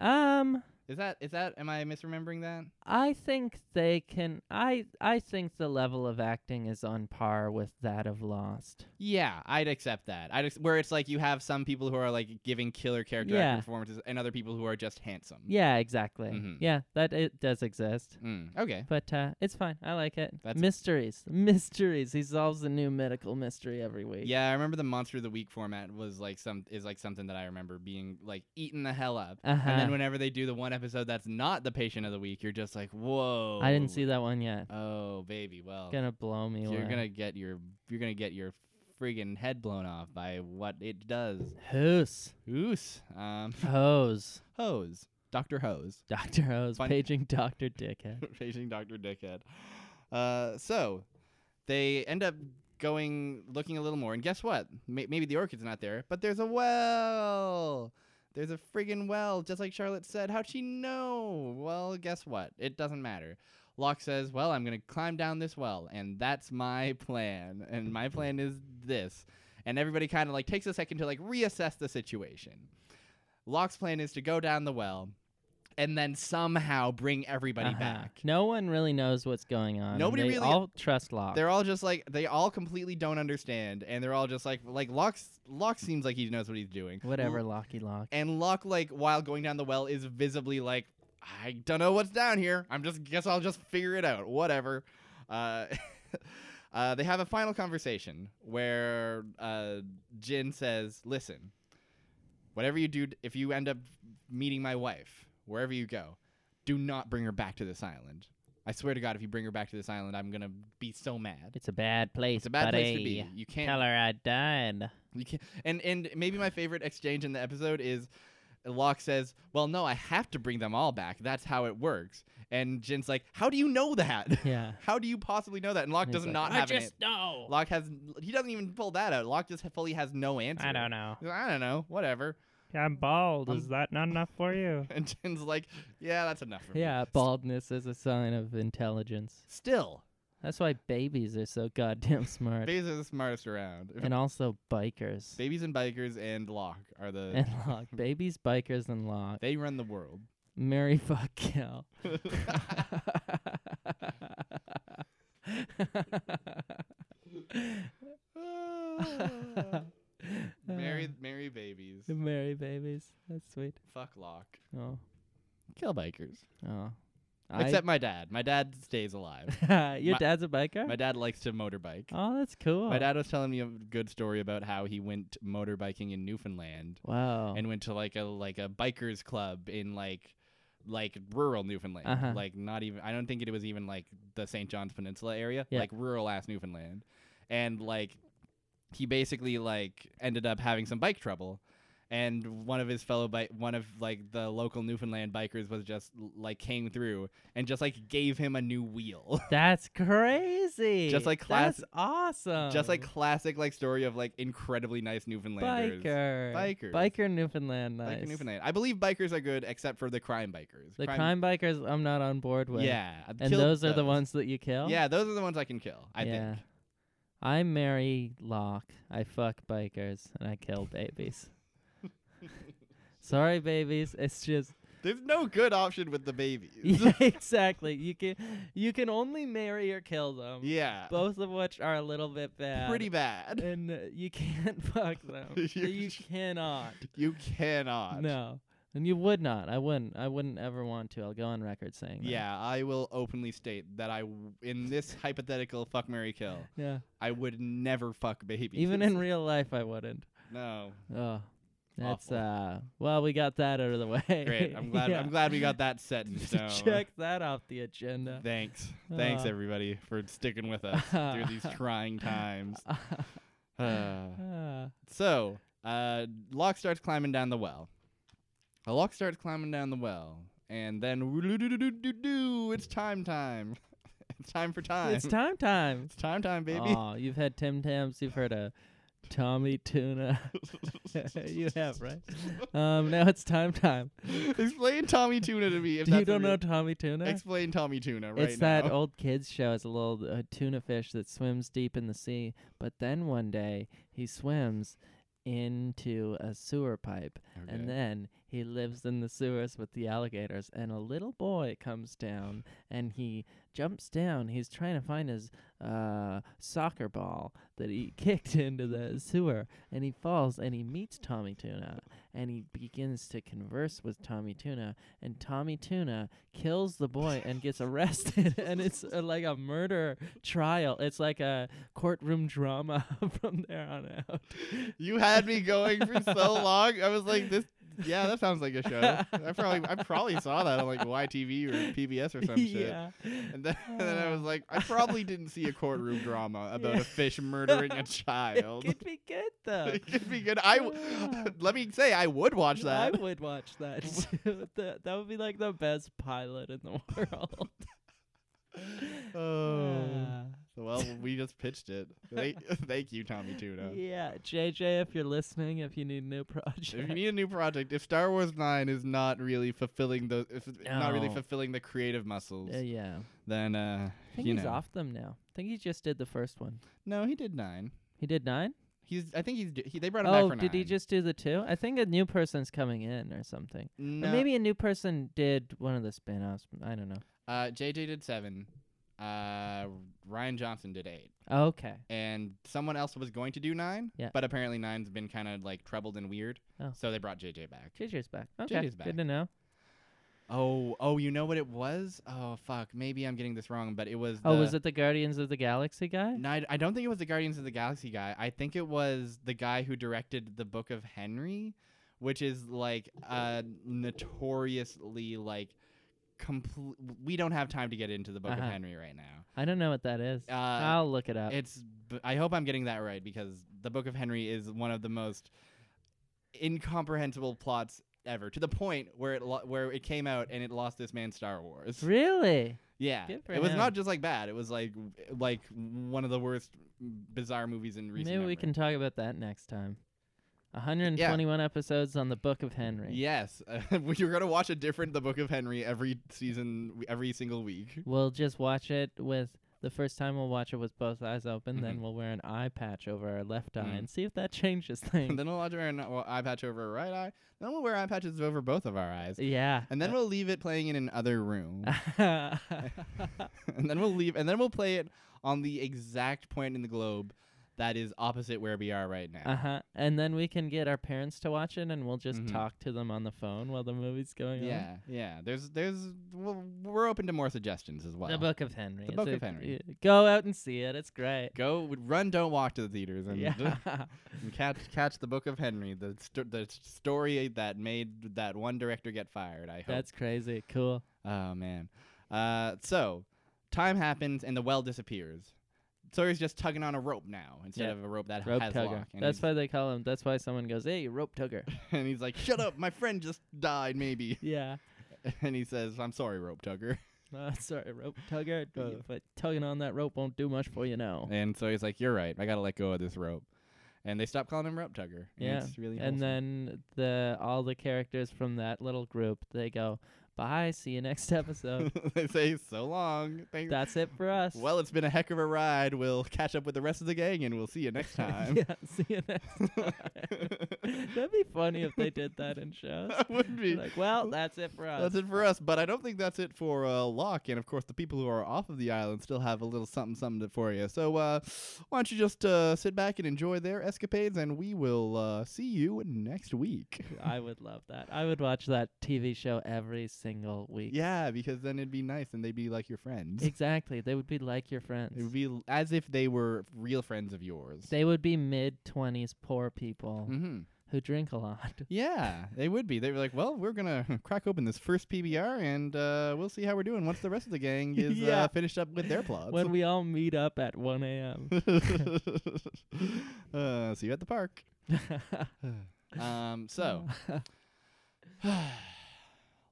Um,
Is that is that am I misremembering that?
I think they can. I I think the level of acting is on par with that of Lost.
Yeah, I'd accept that. I'd ex- where it's like you have some people who are like giving killer character
Yeah.
acting performances, and other people who are just handsome.
Yeah. Exactly.
Mhm.
Yeah. That it does exist.
Mm, okay.
But uh, it's fine. I like it.
That's-
mysteries, mysteries. He solves a new medical mystery every week.
Yeah, I remember the monster of the week format was like some is like something that I remember being like eaten the hell up.
Uh-huh.
And then whenever they do the one episode that's not the patient of the week, you're just like, whoa.
I didn't see that one yet.
Oh, baby. Well,
Gonna blow me
you're
away.
gonna get your you're gonna get your friggin' head blown off by what it does.
Hose.
Oos. Um,
Hose.
[LAUGHS] hose. Doctor Hose.
Dr. Hose.
Fun-
Paging Dr. Dickhead.
[LAUGHS] Raging Dr. Dickhead. Uh, so they end up going looking a little more, and guess what? May maybe the orchid's not there, but there's a well. There's a friggin' well, just like Charlotte said. How'd she know? Well, guess what? It doesn't matter. Locke says, Well, I'm gonna climb down this well, and that's my plan. And my plan is this. And everybody kind of like takes a second to like reassess the situation. Locke's plan is to go down the well and then somehow bring everybody
Uh-huh.
back.
No one really knows what's going on. and
Nobody
they
really-
all trust Locke.
They're all just like they all completely don't understand, and they're all just like like Locke. Locke seems like he knows what he's doing.
Whatever,
L-
Locky Lock.
and Locke, like while going down the well, is visibly like, I don't know what's down here. I'm just guess I'll just figure it out. Whatever. Uh, [LAUGHS] uh, they have a final conversation where uh, Jin says, "Listen, whatever you do, if you end up meeting my wife, wherever you go, do not bring her back to this island. I swear to God, if you bring her back to this island, I'm gonna be so mad."
It's a bad place.
It's a bad place to
buddy.
be. You can't.
Tell her I died.
You can't. And and maybe my favorite exchange in the episode is Locke says, "Well, no, I have to bring them all back. That's how it works." And Jin's like, "How do you know that? [LAUGHS]
Yeah.
how do you possibly know that?" And Locke
He's
does
like,
not
I
have
just
an.
know.
An- Locke has. He doesn't even pull that out. Locke just fully has no answer.
I don't know.
I don't know. Whatever. [LAUGHS]
I'm bald.
I'm- Is
that not enough for you?
And Jin's like, "Yeah, that's enough for me."
Yeah,
S-
baldness is a sign of intelligence.
Still,
That's why babies are so goddamn [LAUGHS] smart.
babies are the smartest around. If-
and also bikers.
babies and bikers and Locke are the.
and Locke. Babies, bikers, and Locke.
they run the world. [LAUGHS]
Mary [LAUGHS] fuck kill.
Marry, marry babies. [LAUGHS]
Mary babies. That's sweet.
Fuck Locke.
Oh.
kill bikers.
Oh.
Except my dad. My dad
[LAUGHS]
stays alive.
I, [LAUGHS] your
my-
dad's a biker?
my dad likes to motorbike.
oh, that's cool.
My dad was telling me a good story about how he went motorbiking in Newfoundland
Wow.
and went to like a like a bikers club in like like rural Newfoundland.
Uh-huh.
Like not even I don't think it was even like the St. John's Peninsula area,
Yeah.
like rural ass Newfoundland. And like he basically like ended up having some bike trouble and one of his fellow bike one of like the local Newfoundland bikers was just like came through and just like gave him a new wheel. [LAUGHS]
that's crazy.
Just like class-
That's awesome.
just like classic like story of like incredibly nice Newfoundlanders.
biker.
Bikers.
Biker Newfoundland. Nice.
Biker Newfoundland. I believe bikers are good except for the crime bikers.
The crime, bikers, I'm not on board with.
Yeah. I'd
And
kill
those are the ones that you kill?
Yeah, those are the ones I can kill, I
Yeah.
think.
I marry Locke. I fuck bikers and I kill
[LAUGHS]
babies. Sorry, babies. It's
[LAUGHS]
just [LAUGHS]
There's no good option with the babies.
yeah, [LAUGHS] exactly. You can you can only marry or kill them.
[LAUGHS] yeah.
Both of which are a little bit bad. [LAUGHS]
Pretty bad.
And uh, you can't [LAUGHS] fuck them.
[LAUGHS] You
you
sh-
cannot.
You cannot.
No. And you would not. I wouldn't. I wouldn't ever want to. I'll go on record saying that.
Yeah, I will openly state that I, w- in this hypothetical fuck Mary kill,
Yeah.
I would never fuck babies.
Even in real life, I wouldn't.
[LAUGHS] no,
Oh, that's
Awful.
uh. Well, we got that out of the [LAUGHS] way.
great.
[LAUGHS]
I'm glad. I'm glad we got that set in
to
stone.
check that off the agenda.
Thanks, thanks
Uh.
everybody for sticking
[LAUGHS]
with us through these trying times. [SIGHS] Uh,
Ah,
So, uh, Locke starts climbing down the well. Uh, Locke starts climbing down the well, and then woo-doo-doo-doo-doo-doo, it's time time. [LAUGHS] it's time for time.
it's time time.
It's time time, baby.
Oh, you've had Tim Tams. You've heard a Tommy Tuna. [LAUGHS] you have right. Um, now it's time time.
[LAUGHS] Explain Tommy Tuna to me. If
you
that's a
don't know
real-
Tommy Tuna?
Explain Tommy Tuna right
it's
now.
that old kids show. It's a little uh, tuna fish that swims deep in the sea, but then one day he swims into a sewer pipe.
Okay.
And then he lives in the sewers with the alligators, and a little boy comes down and he jumps down. He's trying to find his uh, soccer ball that he [LAUGHS] kicked into the sewer, and he falls and he meets Tommy Tuna, and he begins to converse with Tommy Tuna, and Tommy Tuna kills the boy and gets arrested, [LAUGHS] and it's uh, like a murder trial. It's like a courtroom drama [LAUGHS] from there on out.
[LAUGHS] you had me going
[LAUGHS]
for so long. I was like, this. Yeah, that sounds like a show. I probably, I probably saw that
[LAUGHS]
on like YTV or PBS or some shit.
yeah.
And then, [LAUGHS] and then I was like, I probably didn't see a courtroom drama
[LAUGHS]
about
Oh. Yeah.
a fish murdering a
[LAUGHS]
child.
It could be good though.
[LAUGHS] it could be good. I w-
Yeah.
[LAUGHS] let me say, I would watch that.
I
[LAUGHS]
would watch that. too. [LAUGHS] that that would be like the best pilot in the [LAUGHS] world.
[LAUGHS] oh. Well, we just pitched it. Thank,
[LAUGHS]
[LAUGHS] thank you, Tommy
yeah.
Tuna.
yeah, JJ, if you're listening, if you need a new [LAUGHS] project,
If you need a new project, if Star Wars Nine is not really fulfilling the, if it's not really
No.
fulfilling the creative muscles,
Uh, yeah,
then uh,
I think
you
he's
know.
off them now. I think he just did the first one.
No, he did nine.
He did nine.
He's. I think he's. d- He, they brought him back
Oh,
for nine.
did he just do the two? I think a new person's coming in or something.
No.
Or maybe a new person did one of the spin-offs. I don't know.
Uh, JJ did seven. Uh, Ryan Johnson did eight,
Okay.
and someone else was going to do nine.
Yeah.
But apparently nine's been kind of like troubled and weird.
Oh.
So they brought JJ back.
JJ's back. Okay.
JJ's back.
Good to know.
Oh, oh, you know what it was? Oh fuck, maybe I'm getting this wrong, but it was.
Oh,
the-
was it the Guardians of the Galaxy guy?
No, I, I don't think it was the Guardians of the Galaxy guy. I think it was the guy who directed the Book of Henry, which is like a notoriously like complete. We don't have time to get into the Book
Uh-huh.
of Henry right now.
I don't know what that is.
Uh,
I'll look it up.
It's. b- I hope I'm getting that right because the Book of Henry is one of the most incomprehensible plots ever. To the point where it lo- where it came out and it lost this man Star Wars.
really?
Yeah,
Good for
it was
him.
not just like bad. It was like w- like one of the worst bizarre movies in recent.
Maybe we
memory.
can talk about that next time. 121 episodes on the Book of Henry.
Yes, [LAUGHS] you're gonna watch a different The Book of Henry every season, w- every single week.
We'll just watch it with the first time we'll watch it with both eyes open,
Mhm.
then we'll wear an eye patch over our left eye
Mm.
and see if that [LAUGHS] changes
And
things.
then we'll watch our well, eye patch over our right eye. Then we'll wear eye patches over both of our eyes.
yeah. [LAUGHS]
And then we'll leave it playing in another room.
then
[LAUGHS] and then we'll leave. And then we'll play it on the exact point in the globe That is opposite where we are right now.
Uh huh. And then we can get our parents to watch it, and we'll just
Mhm.
talk to them on the phone while the movie's going on.
yeah, yeah. There's, there's. Well, we're open to more suggestions as well.
The Book of Henry.
The
It's
Book
a-
of Henry.
y- Go out and see it. It's great.
Go, run, don't walk to the theaters, and,
[LAUGHS] Yeah.
and catch, catch the Book of Henry, the sto- the story that made that one director get fired. I hope.
That's crazy. Cool.
Oh man. Uh, so time happens and the well disappears. Sawyer's just tugging on a rope now instead
Yeah.
of a rope that
Rope
has
tugger.
lock. And
That's
he's, [LAUGHS]
why they call him. That's why someone goes, "Hey, rope tugger." [LAUGHS]
and he's like, "Shut up, my friend just died, maybe."
yeah.
[LAUGHS] And he says, "I'm sorry, rope tugger."
[LAUGHS] Uh, sorry, rope
[LAUGHS]
tugger. d-
Uh.
But tugging on that rope won't do much for you now.
And so he's like, "You're right. I gotta let go of this rope." And they stop calling him rope tugger. And
Yeah.
It's really wholesome.
And then the all the characters from that little group, they go, "Bye, see you next episode."
[LAUGHS] they say, "So long." Thank-
That's it for us.
Well, it's been a heck of a ride. We'll catch up with the rest of the gang, and we'll see
[LAUGHS]
you next
[LAUGHS]
time.
yeah, see you
[LAUGHS]
next time. [LAUGHS] That'd be funny if they did that in
[LAUGHS]
shows.
that would be.
like, well, that's it for us.
That's it for us, but I don't think that's it for uh, Locke. And of course, the people who are off of the island still have a little something something to- for you. So uh, why don't you just uh, sit back and enjoy their escapades, and we will uh, see you next week.
I would love that. I would watch that TV show every single week.
yeah, because then it'd be nice, and they'd be like your friends. It
Exactly. They would be like your friends.
would be l- as if they were real friends of yours.
they would be mid 20s poor people
hmm
who drink a lot.
Yeah, they would be. They were like, well, we're going to [LAUGHS] crack open this first PBR, and uh, we'll see how we're doing once the rest of
[LAUGHS]
the gang is
Yeah.
uh, finished up with their
[LAUGHS]
plots.
When [LAUGHS] we all meet up at 1 a.m.
[LAUGHS] uh, see you at the park. Um, so [SIGHS]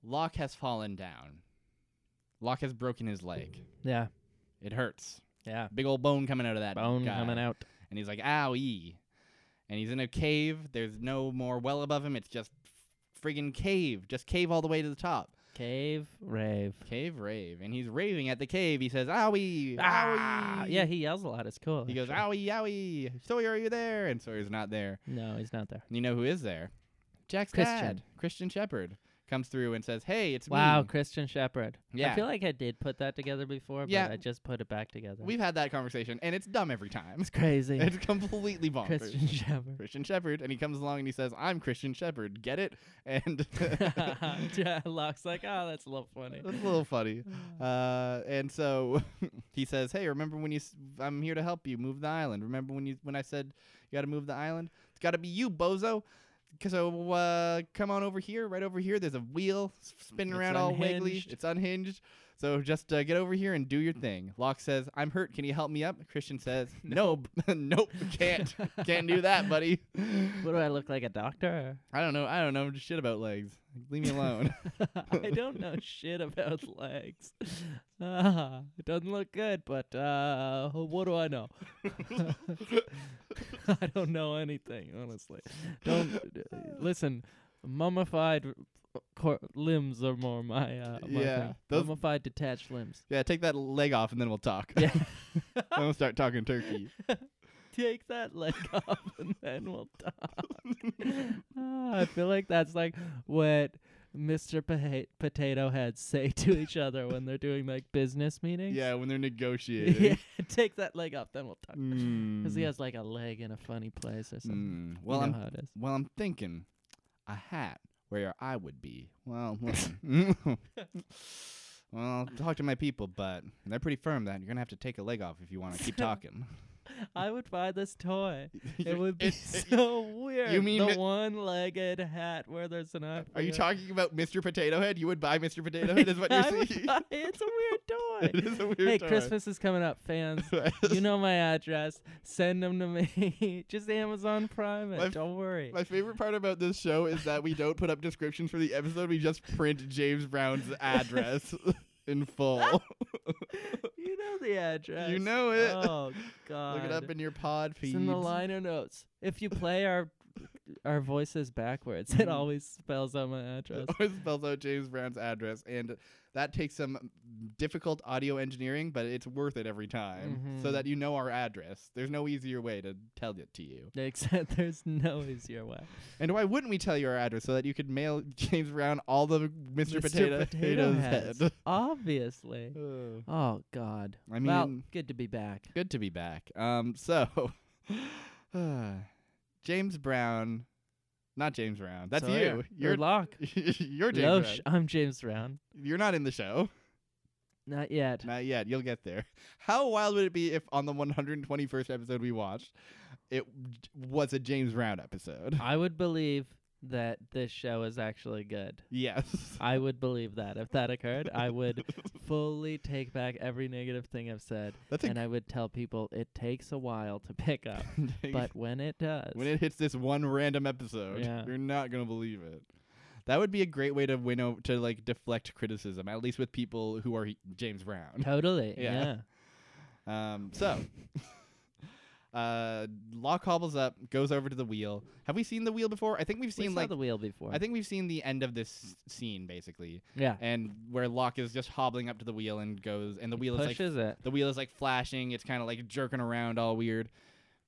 Locke has fallen down. Locke has broken his leg.
[LAUGHS] yeah.
It hurts.
Yeah.
Big old bone coming out of that
Bone
guy.
coming out.
And he's like, "Owie!" And he's in a cave. There's no more well above him. It's just friggin' cave. Just cave all the way to the top.
Cave rave.
Cave rave. And he's raving at the cave. He says, "Owie!
Ah!
Owie!"
Yeah, he yells a lot. It's cool.
He goes,
actually.
"Owie! Owie! Sawyer, are you there?" And Sawyer's not there.
No, he's not there.
And you know who is there? Jack's
Christian.
dad, Christian Shepherd, comes through and says, "Hey, it's
Wow,
me."
Christian Shepherd. I
Yeah.
feel like I did put that together before,
Yeah.
but I just put it back together.
We've had that conversation, and it's dumb
[LAUGHS]
every time. [LAUGHS]
it's crazy.
It's completely bonkers.
Christian
Christian,
Shepherd.
Shepherd, and he comes along and he says, "I'm Christian Shepherd. Get it?"
[LAUGHS]
And that's
Yeah, [LAUGHS] Locke's like, oh, that's a little
[LAUGHS]
funny.
a
[LAUGHS]
little funny. Uh, and so [LAUGHS] he says, "Hey, remember when you? S- I'm here to help you move the island. Remember when you when I said you got to move the island? It's got to be you, bozo." 'Cause So uh, come on over here, right over here. There's a wheel s- spinning
It's
around all wiggly.
unhinged. Mm.
It's unhinged. So just uh, get over here and do your thing. Locke says, "I'm hurt. Can you help me up?"
[LAUGHS]
Christian says, "Nope, [LAUGHS] nope, can't, can't do
[LAUGHS]
that, buddy."
What do I look like, a doctor?
I don't know. I don't know shit about legs. Leave me alone.
[LAUGHS] I don't know shit about legs. [LAUGHS] Ah, it doesn't look good, but uh, what do I know? [LAUGHS] I don't know anything, honestly. Don't uh,
[LAUGHS]
listen. Mummified r- cor- limbs are more my uh, my
Yeah,
thing.
those-
mummified detached limbs.
yeah, take that leg off, and then we'll talk.
Yeah.
[LAUGHS] then we'll start talking turkey.
[LAUGHS] Take that leg [LAUGHS] off, and then we'll talk. [LAUGHS] Ah, I feel like that's like what Mr. Pota- Potato Heads say to each other when they're doing like business meetings.
Yeah, when they're negotiating.
[LAUGHS] yeah, take that leg off, then we'll talk. Because he
Mm.
has like a leg in a funny place or something.
Mm.
Well,
Well,
you know
I'm
how it is.
well, I'm thinking a hat where I would be.
[LAUGHS]
Well, listen. [LAUGHS] well, I'll talk to my people, but they're pretty firm that you're gonna have to take a leg off if you want
[LAUGHS]
to keep talking.
I would buy this
[LAUGHS]
toy. It
You're-
would be [LAUGHS]
it- it-
so weird.
you mean
the
mi-
one-legged hat where there's an eye?
Are you
for [LAUGHS]
talking about Mr. Potato Head? You would buy Mr. Potato
your-
Head, is what you're
uh, I would
saying?
buy- It's a weird toy.
[LAUGHS] it is a weird.
hey,
toy.
Christmas is coming up, fans.
[LAUGHS]
you know my address. Send them to me. [LAUGHS] Just Amazon Prime it.
My f-
Don't worry.
My favorite part about this show is that we don't put up descriptions for the episode. We just print James Brown's address [LAUGHS] in full.
[LAUGHS] you know the address.
[LAUGHS] you know it.
Oh God.
[LAUGHS] Look it up in your pod feed.
It's in the liner notes. If you
[LAUGHS]
play our our voices backwards, it
Mhm.
always spells out my
[LAUGHS]
address.
[LAUGHS] It always spells out James Brown's address, and that takes some difficult audio engineering, but it's worth it every time, so
Mhm.
that you know our address. There's no easier way to tell it to you.
Except there's no easier way.
And why wouldn't we tell you our address so that you could mail [LAUGHS] James Brown all the Mr. Potato, Potato's
Heads, [LAUGHS]
head? [LAUGHS]
Obviously.
Uh,
Oh God.
I
well,
mean-
good to be back.
Good to be back. Um, [LAUGHS] so [SIGHS] James Brown, not James Brown. That's
Sawyer,
you. You're
or Locke.
[LAUGHS] you're James.
Loesch.
Brown.
I'm James Brown.
You're not in the show.
Not yet.
Not yet. You'll get there. How wild would it be if on the 121st episode we watched, it j- was a James Brown episode?
[LAUGHS] I would believe that this show is actually good.
[LAUGHS] yes.
I would believe that if that occurred, I
[LAUGHS]
would fully take back every negative thing I've said,
That's [LAUGHS]
and I would tell people it takes a while to pick up, but when it does,
when it hits this one random episode,
Yeah.
you're not gonna believe it. That would be a great way to win o- to like deflect criticism, at least with people who are James Brown.
totally,
Yeah. [LAUGHS]
yeah.
Um,
[LAUGHS]
so, uh, Locke hobbles up, goes over to the wheel. Have we seen the wheel before? I think we've
We
seen
saw
like
the wheel before.
I think we've seen the end of this scene basically,
yeah.
and where Locke is just hobbling up to the wheel and goes, and the wheel is like
Pushes it.
the wheel is like flashing. It's kind of like jerking around, all weird.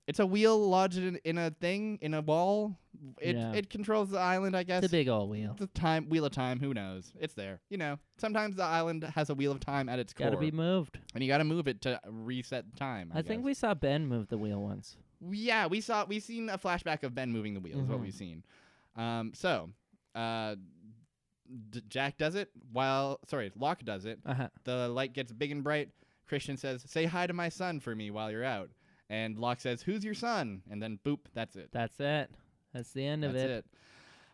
It's a wheel lodged in, in a thing in a ball. It
Yeah.
it controls the island, I guess.
It's a big old wheel.
The time wheel of time. Who knows? It's there. You know. Sometimes the island has a wheel of time at its core,
Gotta be moved.
and you got to move it to reset time. I,
I, think
guess.
we saw Ben move the wheel once.
Yeah, we saw we seen a flashback of Ben moving the wheel. Is what
Mhm.
we've seen. Um. So, uh, D- Jack does it. While sorry, Locke does it.
Uh huh.
The light gets big and bright. Christian says, "Say hi to my son for me while you're out." And Locke says, "Who's your son?" And then boop, that's it.
That's it. That's the end
That's
of
it.
it.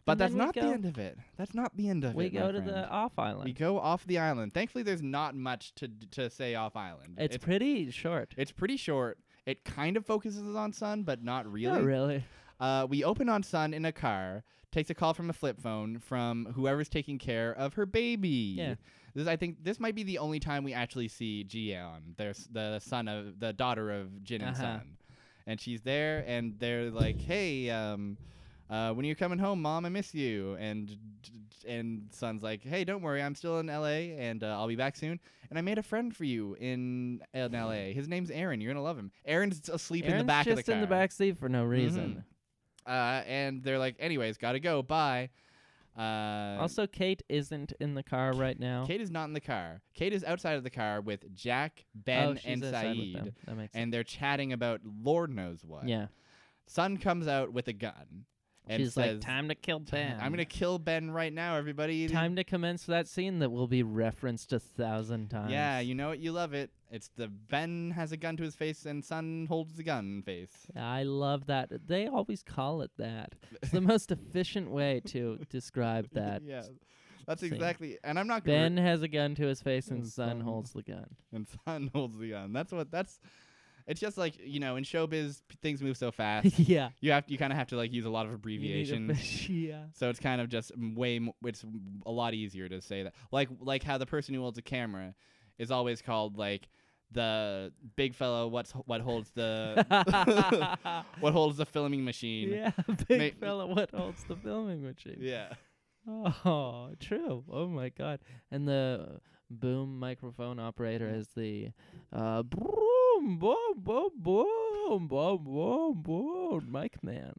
But
And
that's
then we
not the
go-
end of it. That's not the end of
We
it. my
go to
friend.
the off
We
island.
go off the island. Thankfully, there's not much to d- to say off island.
It's,
it's,
pretty short.
it's pretty short. It kind of focuses on sun, but not really.
Not really.
Uh, we open on Sun in a car, takes a call from a flip phone from whoever's taking care of her baby.
Yeah.
This I think this might be the only time we actually see Jian, their s- the son of the daughter of Jin and
Uh-huh.
Sun. And she's there and they're like, "Hey, um uh, when you're coming home, mom, I miss you." And and Sun's like, "Hey, don't worry, I'm still in LA and uh, I'll be back soon. And I made a friend for you in,
[GASPS]
in LA. His name's Aaron. You're gonna love him. Aaron's asleep in the
Aaron's
back
just
of the car. Mm-hmm.
in the back seat for no reason.
Uh, and they're like, anyways, gotta go. Bye. Uh,
Also, Kate isn't in the car right now.
Kate is not in the car. Kate is outside of the car with Jack, Ben,
oh, she's
and
outside with them.
Saeed.
That makes sense.
And they're chatting about Lord knows what.
Yeah.
Sun comes out with a gun. And
She's
says,
like, time to kill Ben.
I'm gonna kill Ben right now, everybody.
Time to commence that scene that will be referenced a thousand times.
yeah, you know it, you love it. It's the Ben has a gun to his face and Sun holds the gun face.
I love that. They always call it
[LAUGHS]
that. It's the most efficient way to describe that.
[LAUGHS] yeah. That's
scene.
exactly and I'm not gonna
Ben has a gun to his face and
His
Sun
son.
holds the
[LAUGHS]
gun.
and Sun holds the gun. That's what that's. It's just like you know, in showbiz, p- things move
[LAUGHS]
so fast.
yeah.
you have you kind of have to like use a lot of
you need to
abbreviations.
fish- [LAUGHS]
[LAUGHS]
yeah.
So it's kind of just m- way m- it's m- a lot easier to say that. Like like how the person who holds a camera is always called like the big fellow. What's what holds
[LAUGHS]
the [LAUGHS] what holds the filming machine?
yeah, [LAUGHS] big
Mate-
fella, what holds the filming machine?
Yeah. [LAUGHS]
Oh, true. Oh my god. And the boom microphone operator is the uh boom boom boom boom boom boom boom mic man.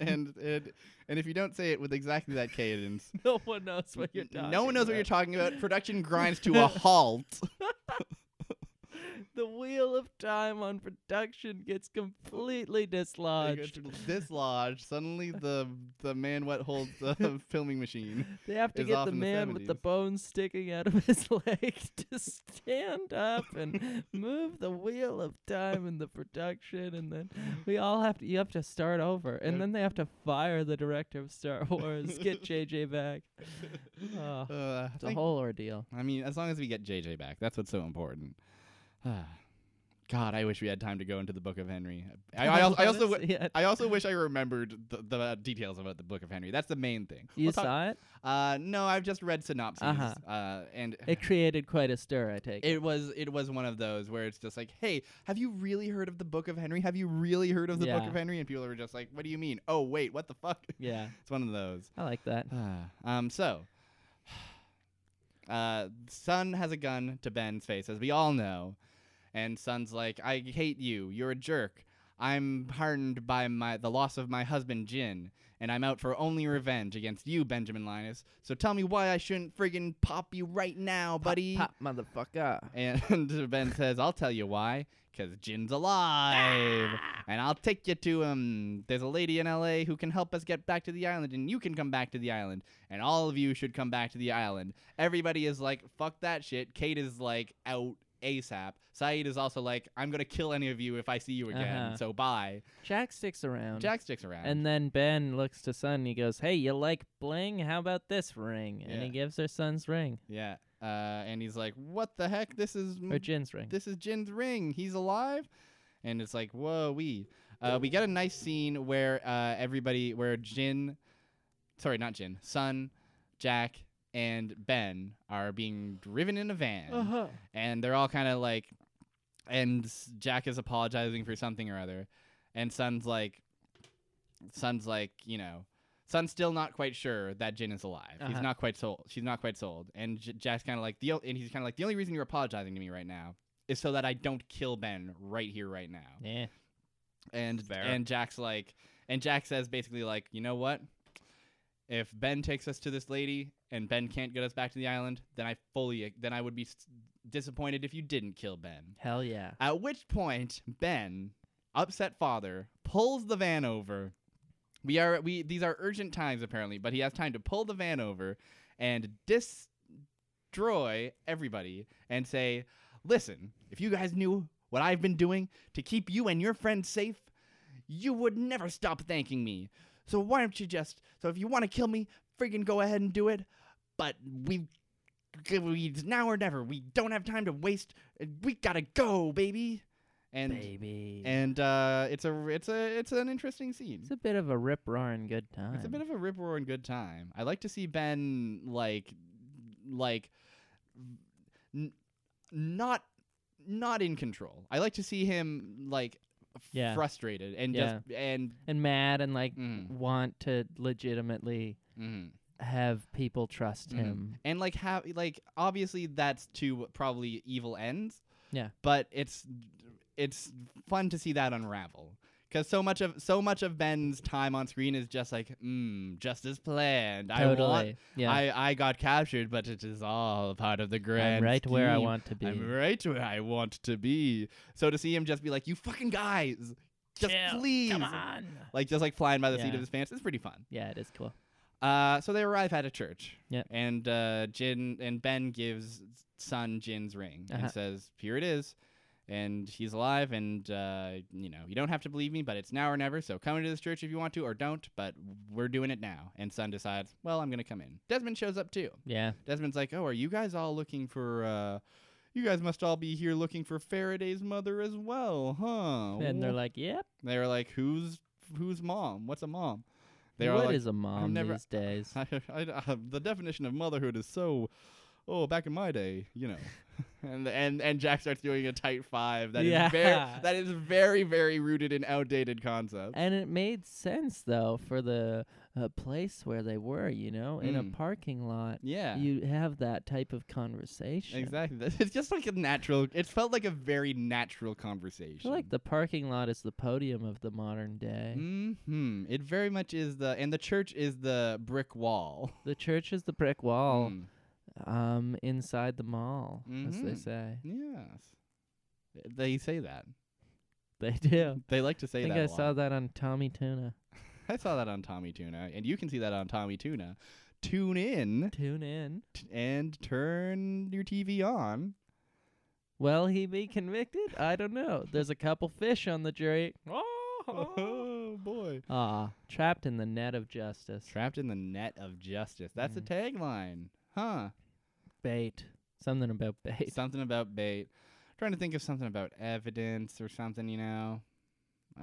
and it, and if you don't say it with exactly
[LAUGHS]
that cadence,
No one knows what you're talking.
no one knows what you're talking about. Production grinds to
[LAUGHS]
a halt.
talking. The wheel of time on production gets completely
It gets
dislodged.
dislodged. Suddenly, the the man what holds
[LAUGHS]
the filming machine.
They have to
is
get
off
the
in the
man with the
70s.
bones sticking out of [LAUGHS] his leg to stand up
[LAUGHS]
and move the wheel of time in the production, and then we all have to. You have to start over, and
Yep.
then they have to fire the director of
[LAUGHS]
Star Wars, get JJ back. Oh,
Uh, I
it's a
think-
whole ordeal.
I mean, as long as we get JJ back, that's what's so important. [SIGHS] God, I wish we had time to go into the Book of Henry.
[LAUGHS]
I, I, al- I also, w-
yeah.
I also wish I remembered the, the details about the Book of Henry. That's the main thing.
you
We'll talk-
saw it.
Uh, no, I've just read synopses.
Uh-huh.
Uh, and
It created quite a stir. I take it.
It was it was one of those where it's just like, hey, have you really heard of the Book of Henry? Have you really heard of the Book
Yeah.
of Henry? And people are just like, what do you mean? Oh wait, what the fuck?
Yeah,
[LAUGHS] It's one of those. [SIGHS]
I like that.
um, so [SIGHS] uh, Sun has a gun to Ben's face, as we all know, and Sun's like, "I hate you. You're a jerk. I'm hardened by my the loss of my husband Jin, and I'm out for only revenge against you, Benjamin Linus. So tell me why I shouldn't friggin' pop you right now, buddy.
Pop, motherfucker.
And [LAUGHS] Ben says, I'll tell you why. Because Jin's alive.
Ah.
and I'll take you to him. There's a lady in LA who can help us get back to the island, and you can come back to the island. And all of you should come back to the island. Everybody is like, fuck that shit. Kate is like, out ASAP. Saeed is also like, I'm going to kill any of you if I see you again.
Uh-huh.
So bye.
Jack sticks around.
Jack sticks around.
And then Ben looks to Sun and he goes, Hey, you like bling? How about this ring? And he
Yeah.
gives her Sun's ring,
yeah. Uh, and he's like, what the heck? This is
or Jin's ring.
Mm. this is Jin's ring. He's alive. And it's like, whoa, we. Uh, we got a nice scene where uh, everybody, where Jin, sorry, not Jin, Sun, Jack, and Ben are being driven in a van.
Uh-huh.
And they're all kind of like, and s- Jack is apologizing for something or other. And Sun's like, Sun's like, you know, Sun's still not quite sure that Jin is alive. He's
Uh-huh.
not quite sold. She's not quite sold. And J- Jack's kind of like the o- and he's kind of like the only reason you're apologizing to me right now is so that I don't kill Ben right here right now.
Yeah.
And
Fair.
and Jack's like and Jack says basically like, "You know what? If Ben takes us to this lady and Ben can't get us back to the island, then I fully then I would be s- disappointed if you didn't kill Ben."
Hell yeah.
At which point, Ben, upset father, pulls the van over. We are we these are urgent times apparently, but he has time to pull the van over and destroy everybody and say, "Listen, if you guys knew what I've been doing to keep you and your friends safe, you would never stop thanking me. So why don't you just so if you want to kill me, friggin' go ahead and do it, but we we it's now or never. We don't have time to waste. We gotta go, baby. And
Baby.
and uh, it's a it's a it's an interesting scene.
it's a bit of a rip roaring good time.
It's a bit of a rip roaring good time. I like to see Ben like like n- not not in control. I like to see him like
Yeah.
frustrated and just and
and mad and like
Mm.
want to legitimately
mm.
have people trust
Mhm.
him.
and like have like obviously that's to probably evil ends.
Yeah.
But it's it's fun to see that unravel because so much of so much of Ben's time on screen is just like mm, just as planned.
Totally.
I want
yeah.
I, I got captured, but it is all part of the grand.
am right where I
scheme.
want to be.
I'm right where I want to be. So to see him just be like, "You fucking guys, just
Chill.
please,"
Come on.
like just like flying by the seat
Yeah.
of his pants, is pretty fun.
Yeah, it is cool.
Uh, so they arrive at a church.
Yep.
And uh, Jin and Ben gives son Jin's ring
Uh-huh.
and says, "Here it is." And he's alive, and uh, you know you don't have to believe me, but it's now or never. So come into this church if you want to, or don't. But we're doing it now. And Son decides, well, I'm gonna come in. Desmond shows up too.
Yeah.
Desmond's like, "Oh, are you guys all looking for? uh You guys must all be here looking for Faraday's mother as well, huh?"
And they're
Wha-"
like, yep.
they were like, "Who's who's mom? What's a
What
mom?" They
is
were like,
a mom
never-
these days?
[LAUGHS] I, I- uh, "The definition of motherhood is so, oh, back in my day,
[LAUGHS]
you know." and and and Jack starts doing a tight five. That is
Yeah. [LAUGHS]
very that is very very rooted in outdated concepts.
And it made sense though for the uh, place where they were, you know, in a
Mm.
parking lot.
Yeah.
You have that type of conversation.
[LAUGHS] Exactly. It's just like a natural. It felt like a very natural conversation.
I feel like the parking lot is the podium of the modern day.
Hmm. It very much is the, and the church is the brick wall.
The church is the brick wall
Mm.
um inside the mall, as they
Mhm.
say. [LAUGHS]
Yes. They say that.
They do.
They like to
I
say
think
that.
I
a
saw
lot.
that on Tommy Tuna.
I saw that on Tommy Tuna, and you can see that on Tommy Tuna. Tune in
Tune in.
t- and turn your TV on.
Will he be convicted? I don't know. There's a couple fish on the jury.
[LAUGHS] Oh boy!
Ah, trapped in the net of justice.
Trapped in the net of justice. That's
Mhm.
the tagline, huh?
bait. Something about bait.
Something about bait. trying to think of something about evidence or something. You know,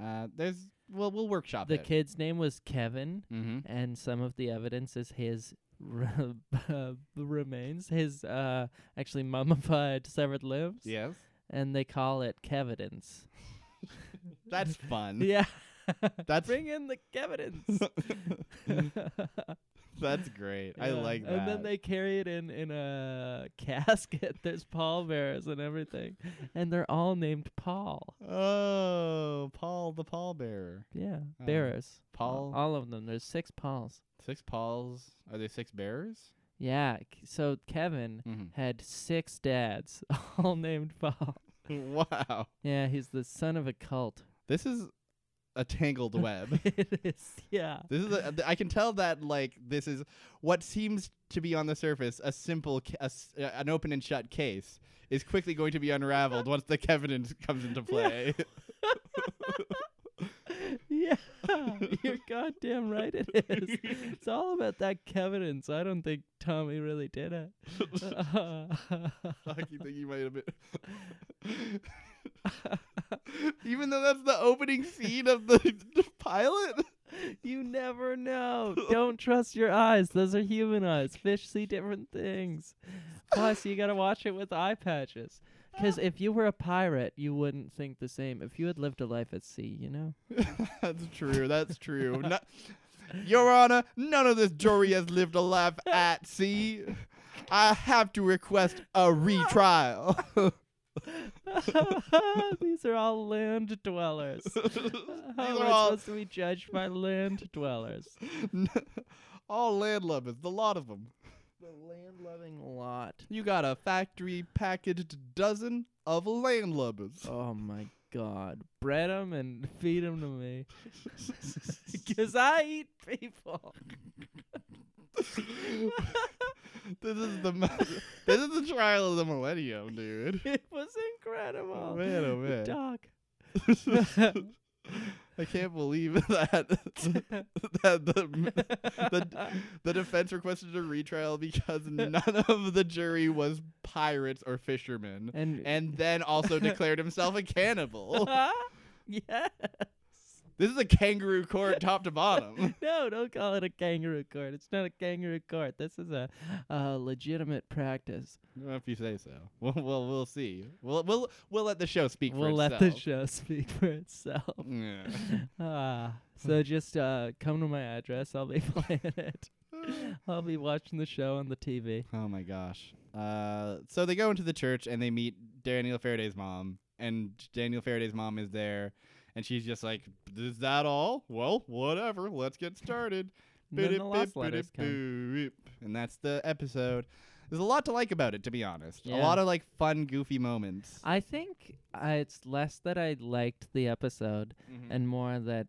uh, there's. Well, we'll workshop
The
it.
kid's name was Kevin,
Mm-hmm.
and some of the evidence is his r- [LAUGHS] uh, remains, his uh, actually mummified severed limbs,
Yes.
and they call it
[LAUGHS]
Kevidence. [LAUGHS]
That's fun.
yeah.
That's
Bring in the Kevidence.
[LAUGHS] That's great.
[LAUGHS]
I
Yeah,
like that.
And then they carry it in in a casket. [LAUGHS] There's pallbearers and everything, and they're all named Paul.
Oh, Paul the pallbearer.
Yeah,
Oh.
bearers.
Paul.
All of them. There's six Pauls.
Six Pauls. Are there six bearers?
Yeah. k- So Kevin
Mm-hmm.
had six dads, [LAUGHS] all named Paul.
Mm-hmm. wow.
Yeah, he's the son of a cult.
This is a tangled web.
[LAUGHS] it is. Yeah.
This is a, th- I can tell that like this is what seems to be on the surface a simple ca- a s- uh, an open and shut case is quickly going to be unraveled once the Kevinant comes into play. [LAUGHS]
yeah, you're goddamn right. It is. It's all about that covenant. So I don't think Tommy really did it. [LAUGHS]
I keep thinking you might have been. [LAUGHS] Even though that's the opening scene of the, [LAUGHS] the pilot,
you never know. Don't trust your eyes. Those are human eyes. Fish see different things. Plus, you gotta watch it with eye patches. 'Cause if you were a pirate, you wouldn't think the same. If you had lived a life at sea, you know.
[LAUGHS] that's true. That's true. No- Your Honor, none of this jury has lived a life at sea. I have to request a retrial. [LAUGHS]
[LAUGHS] These are all land [LAUGHS] dwellers. How
These
am
are
I
all-
supposed to be judged by land [LAUGHS] dwellers?
[LAUGHS] All landlubbers, the lot of them.
The land-loving lot.
You got a factory packaged dozen of landlubbers. [LAUGHS]
Oh my god. Bread 'em and feed 'em to
[LAUGHS]
me. [LAUGHS] 'Cause I eat people.
this is the mo- [LAUGHS] this is the trial of the millennium, dude.
it was incredible.
Oh, man, oh, man. [LAUGHS]
Doc.
I can't believe [LAUGHS] that that the the, the defense requested a retrial because none of the jury was pirates or fishermen,
[LAUGHS] and [LAUGHS]
and then also declared himself a cannibal.
yes.
This is a kangaroo court, top
[LAUGHS]
to bottom.
No, don't call it a kangaroo court. It's not a kangaroo court. This is a, a legitimate practice.
Well, if you say so. Well, well, we'll see. We'll we'll we'll let the show speak
we'll
for
let
itself.
the show speak for itself.
Yeah.
[LAUGHS] ah,
Hmm.
so just uh, come to my address. I'll be [LAUGHS] playing it. I'll be watching the show on the TV.
Oh my gosh. Uh, so they go into the church and they meet Daniel Faraday's mom, and Daniel Faraday's mom is there, and she's just like, "Is that all? Well, whatever. Let's get started."
And [LAUGHS] then the last
Boop-a-boop,
letters come.
boop-a-boop. And that's the episode. There's a lot to like about it, to be honest. A
Yeah.
lot of like fun, goofy moments.
I think uh, it's less that I liked the episode
Mhm.
and more that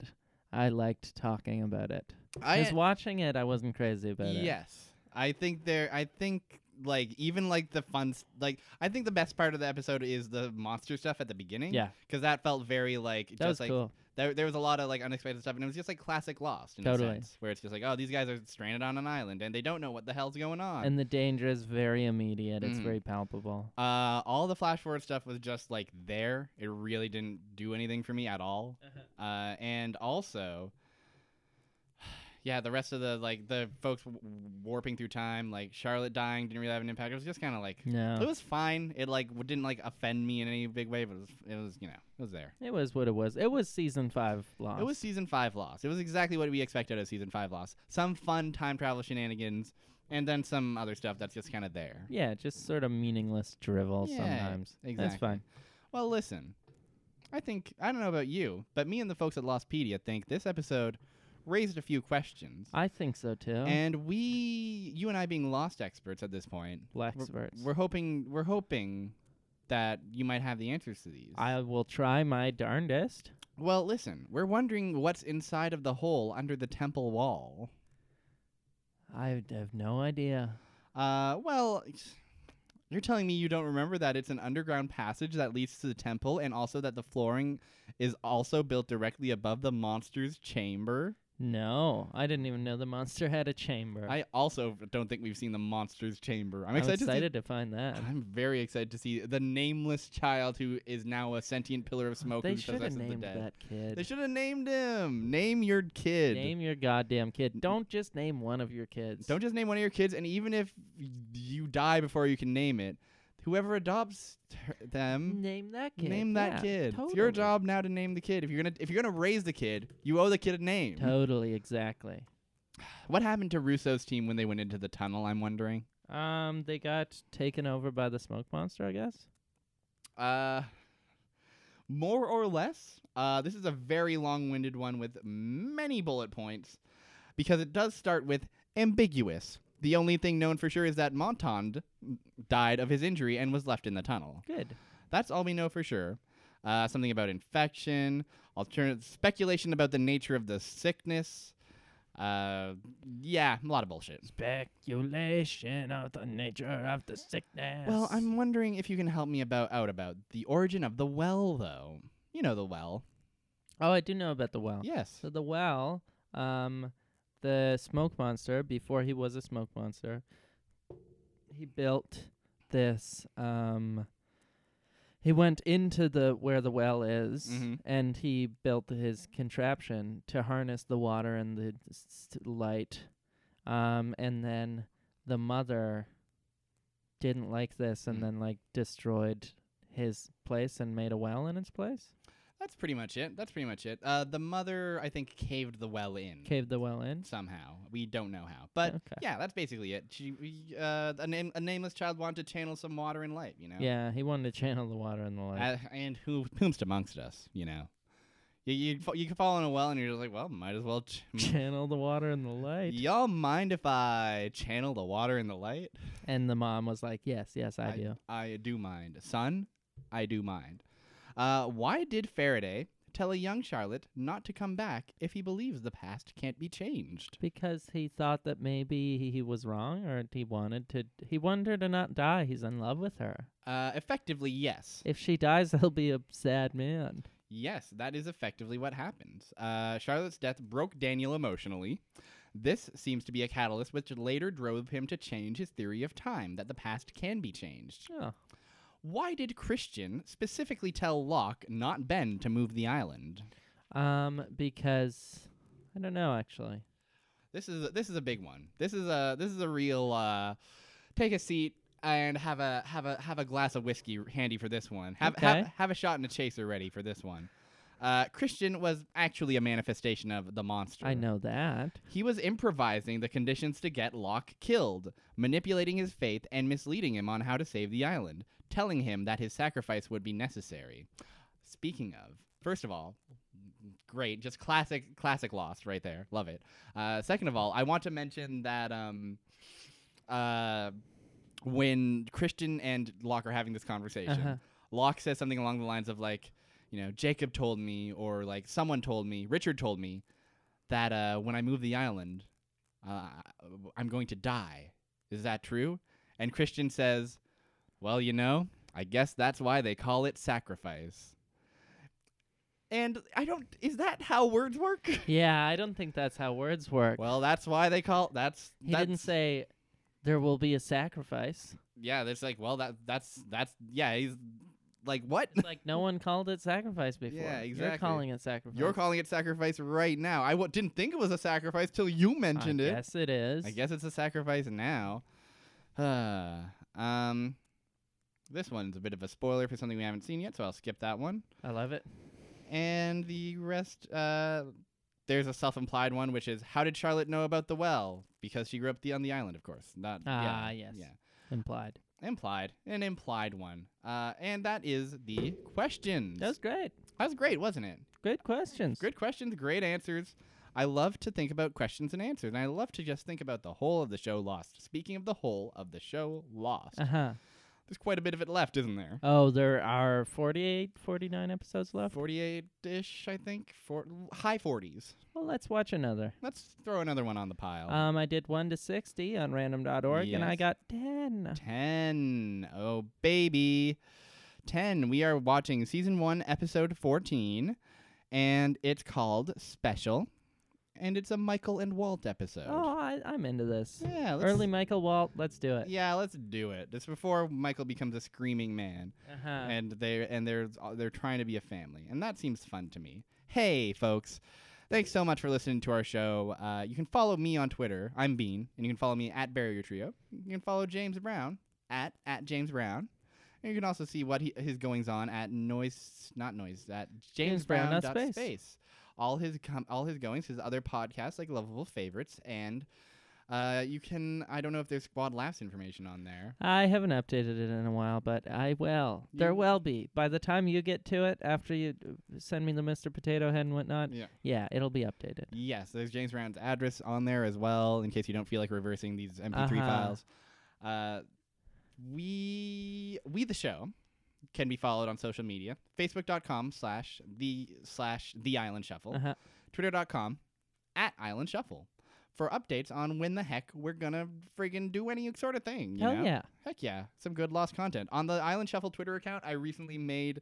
I liked talking about it.
I-
Because watching it, I wasn't crazy about it.
Yes. I think there I think like even like the fun s- like I think the best part of the episode is the monster stuff at the beginning.
Yeah.
Cuz that felt very like
That
just
was
like
cool.
there, there was a lot of like unexpected stuff and it was just like classic lost in
Totally.
a sense where it's just like oh these guys are stranded on an island and they don't know what the hell's going on.
And the danger is very immediate. It's
Mhm.
very palpable.
uh, all the flash forward stuff was just like there. It really didn't do anything for me at all. Uh, and also, [SIGHS] yeah, the rest of the like the folks w- warping through time, like Charlotte dying, didn't really have an impact. It was just kind of like it
No.
was fine. It like w- didn't like offend me in any big way, but it was it was you know it was there.
It was what it was. It was season five lost.
It was season five loss. It was exactly what we expected of season five loss. Some fun time travel shenanigans, and then some other stuff that's just kind of there.
Yeah, just sort of meaningless drivel
Yeah,
sometimes. That's
exactly.
fine.
Well, listen, I think I don't know about you, but me and the folks at Lostpedia think this episode raised a few questions.
I think so too.
And we, you and I, being lost experts at this point,
Lexperts.
we're hoping we're hoping that you might have the answers to these.
I will try my darndest.
well, listen, we're wondering what's inside of the hole under the temple wall.
I d- have no idea.
Uh, well, you're telling me you don't remember that it's an underground passage that leads to the temple, and also that the flooring is also built directly above the monster's chamber.
No, I didn't even know the monster had a chamber.
I also don't think we've seen the monster's chamber. I'm
I'm
excited. to see
to, find that.
I'm very excited to see the nameless child who is now a sentient pillar of smoke
they
who
should have
possesses the
named
dead.
that kid.
They should have named him. Name your kid.
Name your goddamn kid. Don't just name one of your kids.
Don't just name one of your kids, and even if you die before you can name it, whoever adopts her- them,
name that kid.
name that
Yeah,
kid. It's
totally.
your job now to name the kid. If you're gonna if you're gonna raise the kid, you owe the kid a name.
Totally, exactly.
What happened to Russo's team when they went into the tunnel? I'm wondering.
Um, they got taken over by the smoke monster, I guess.
Uh, more or less. Uh, this is a very long-winded one with many bullet points, because it does start with ambiguous. The only thing known for sure is that Montand died of his injury and was left in the tunnel.
Good.
That's all we know for sure. Uh, something about infection, alternate speculation about the nature of the sickness. Uh, yeah, a lot of bullshit.
Speculation of the nature of the sickness.
Well, I'm wondering if you can help me about out about the origin of the well, though. You know the well.
Oh, I do know about the well.
Yes.
So the well, um, the smoke monster, before he was a smoke monster, he built this. Um, he went into the where the well is,
Mhm.
and he built his contraption to harness the water and the s- s- light. Um, and then the mother didn't like this, and
Mm.
then like destroyed his place and made a well in its place.
That's pretty much it. That's pretty much it. Uh, the mother, I think, caved the well in
Caved the well in.
somehow. We don't know how, Mm. but
Okay.
yeah, that's basically it. She, we, uh, a, name, a nameless child wanted to channel some water and light. You know.
Yeah, he wanted to channel the water in the light. [LAUGHS]
Uh, and who whomst amongst us, you know? You you fa- you can fall in a well and you're just like, well, might as well. Ch- m-
channel the water in the light.
Y'all mind if I channel the water and the light?
And the mom was like, "Yes, yes, I, do."
I do mind, son. I do mind. Uh, why did Faraday tell a young Charlotte not to come back if he believes the past can't be changed?
Because he thought that maybe he, he was wrong, or he wanted to. He wanted her to not die. He's in love with her.
Uh, effectively, yes.
If she dies, [LAUGHS] he'll be a sad man.
Yes, that is effectively what happens. Uh, Charlotte's death broke Daniel emotionally. This seems to be a catalyst which later drove him to change his theory of time, that the past can be changed.
Oh,
Why did Christian specifically tell Locke, not Ben, to move the island?
um, because I don't know actually.
This is this is a big one. This is a this is a real uh, take a seat and have a have a have a glass of whiskey handy for this one. Have have,
Okay.
have a shot and a chaser ready for this one. Uh, Christian was actually a manifestation of the monster.
I know that.
He was improvising the conditions to get Locke killed, manipulating his faith and misleading him on how to save the island, telling him that his sacrifice would be necessary. Speaking of, first of all, great, just classic, classic Lost right there. Love it. Uh, second of all, I want to mention that um, uh, when Christian and Locke are having this conversation,
Uh-huh.
Locke says something along the lines of like, you know, Jacob told me, or like someone told me, Richard told me that uh, when I move the island, uh, I'm going to die. Is that true? And Christian says, well, you know, I guess that's why they call it sacrifice. And I don't. Is that how words work? [LAUGHS]
Yeah, I don't think that's how words work.
Well, that's why they call that's.
he
that's,
didn't say there will be a sacrifice.
Yeah, that's like well, that that's that's yeah. He's like what?
It's like
[LAUGHS]
no one called it sacrifice before.
Yeah,
You're
exactly.
calling it sacrifice.
You're calling it sacrifice right now. I w- didn't think it was a sacrifice till you mentioned
I
it.
Yes, it is.
I guess it's a sacrifice now. [SIGHS] um, this one's a bit of a spoiler for something we haven't seen yet, so I'll skip that one.
I love it.
And the rest, uh, there's a self-implied one, which is how did Charlotte know about the well? Because she grew up the, on the island, of course. Not
Ah,
yeah,
yes.
yeah.
Implied.
Implied, an implied one. Uh, and that is the questions.
That was great.
that was great, wasn't it?
Good questions.
Good questions, great answers. I love to think about questions and answers, and I love to just think about the whole of the show Lost. Speaking of the whole of the show Lost,
Uh huh.
there's quite a bit of it left, isn't there?
Oh, there are 48, 49 episodes left.
48 ish, I think. For, high 40s.
Well, let's watch another.
Let's throw another one on the pile.
Um, I did 1 to 60 on random.org, and I
Oh. Yes.
got 10.
10. Oh, baby. 10. We are watching season 1, episode 14, and it's called Special, and it's a Michael and Walt episode.
Oh, I, I'm into this.
yeah, let's,
Early Michael Walt, let's do it.
Yeah, let's do it. This before Michael becomes a screaming man,
Uh-huh.
and they and they're uh, they're trying to be a family, and that seems fun to me. Hey, folks. Thanks so much for listening to our show. Uh, you can follow me on Twitter. I'm Bean, and you can follow me at Barrier Trio. You can follow James Brown at at James Brown. And you can also see what he, his goings on at noise, not noise, at James,
Brown
Brown
dot
dot
space.
space. all his com- all his goings, his other podcasts like Lovable Favorites, and uh, you can. I don't know if there's Squad Laughs information on there.
I haven't updated it in a while, but I will. There
You-
will be. By the time you get to it, after you uh, send me the Mr. Potato Head and whatnot,
Yeah.
yeah it'll be updated.
Yes, there's James Brown's address on there as well, in case you don't feel like reversing these MP3
Uh-huh.
files. Uh, we we the show can be followed on social media: facebook.com slash the slash the Island Shuffle,
Uh-huh.
twitter.com at Island Shuffle for updates on when the heck we're gonna friggin' do any sort of thing. You
Hell
know?
yeah.
Heck yeah, some good lost content. On the Island Shuffle Twitter account, I recently made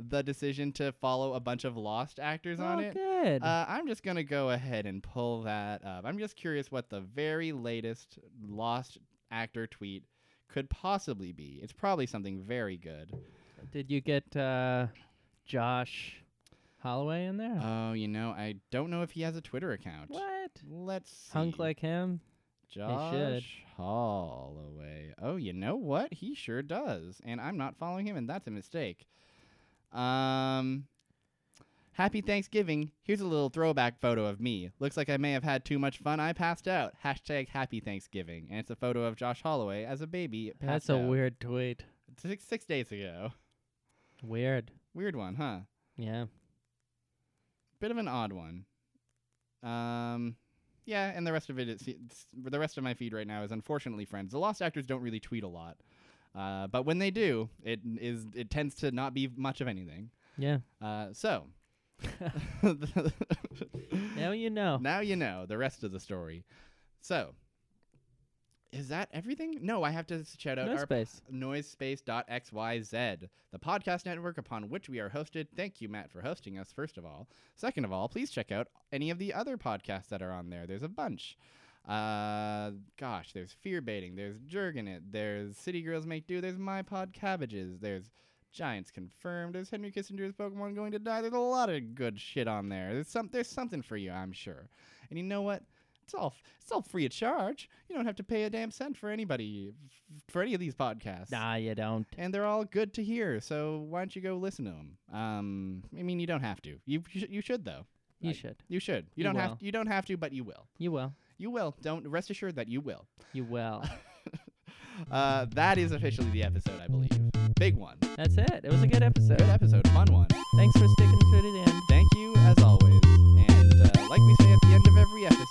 the decision to follow a bunch of lost actors on
oh,
it.
good.
Uh, I'm just gonna go ahead and pull that up. I'm just curious what the very latest lost actor tweet could possibly be. It's probably something very good.
Did you get uh, Josh Holloway in there?
Oh, you know, I don't know if he has a Twitter account.
what?
Let's see.
Hunk like him? should.
Josh Holloway. Oh, you know what? He sure does. And I'm not following him, and that's a mistake. Um, happy Thanksgiving. Here's a little throwback photo of me. Looks like I may have had too much fun. I passed out. Hashtag Happy Thanksgiving. And it's a photo of Josh Holloway as a baby.
That's
passed
a
out.
weird tweet.
Six, six days ago.
Weird.
Weird one, huh?
Yeah.
Bit of an odd one. Um, yeah, and the rest of it, is, it's, the rest of my feed right now is unfortunately friends. The lost actors don't really tweet a lot, uh, but when they do, it is it tends to not be much of anything.
Yeah.
Uh,
[LAUGHS]
so [LAUGHS]
now you know.
now you know the rest of the story. So is that everything? No, I have to shout out
No
our
space.
Noisepace.xyz, the podcast network upon which we are hosted. Thank you, Matt, for hosting us, first of all. Second of all, please check out any of the other podcasts that are on there. There's a bunch. Uh, gosh, there's Fear Baiting, there's Jergin It, there's City Girls Make Do, there's My Pod Cabbages, there's Giants Confirmed, there's Henry Kissinger's Pokemon Going to Die. There's a lot of good shit on there. There's some, there's something for you, I'm sure. And you know what? It's all, it's all free of charge. You don't have to pay a damn cent for anybody, for any of these podcasts
Nah, you don't.
and they're all good to hear. So why don't you go listen to them? Um, I mean, you don't have to. You you should- you should though.
You
I-
should.
You should. You,
You
don't
will.
have you don't have to, but you will.
You will.
You will. Don't rest assured that you will.
You will. [LAUGHS]
Uh, that is officially the episode, I believe. Big one.
That's it. It was a good episode.
Good episode. Fun one.
Thanks for sticking through to the end.
Thank you as always. And uh, like we say at the end of every episode.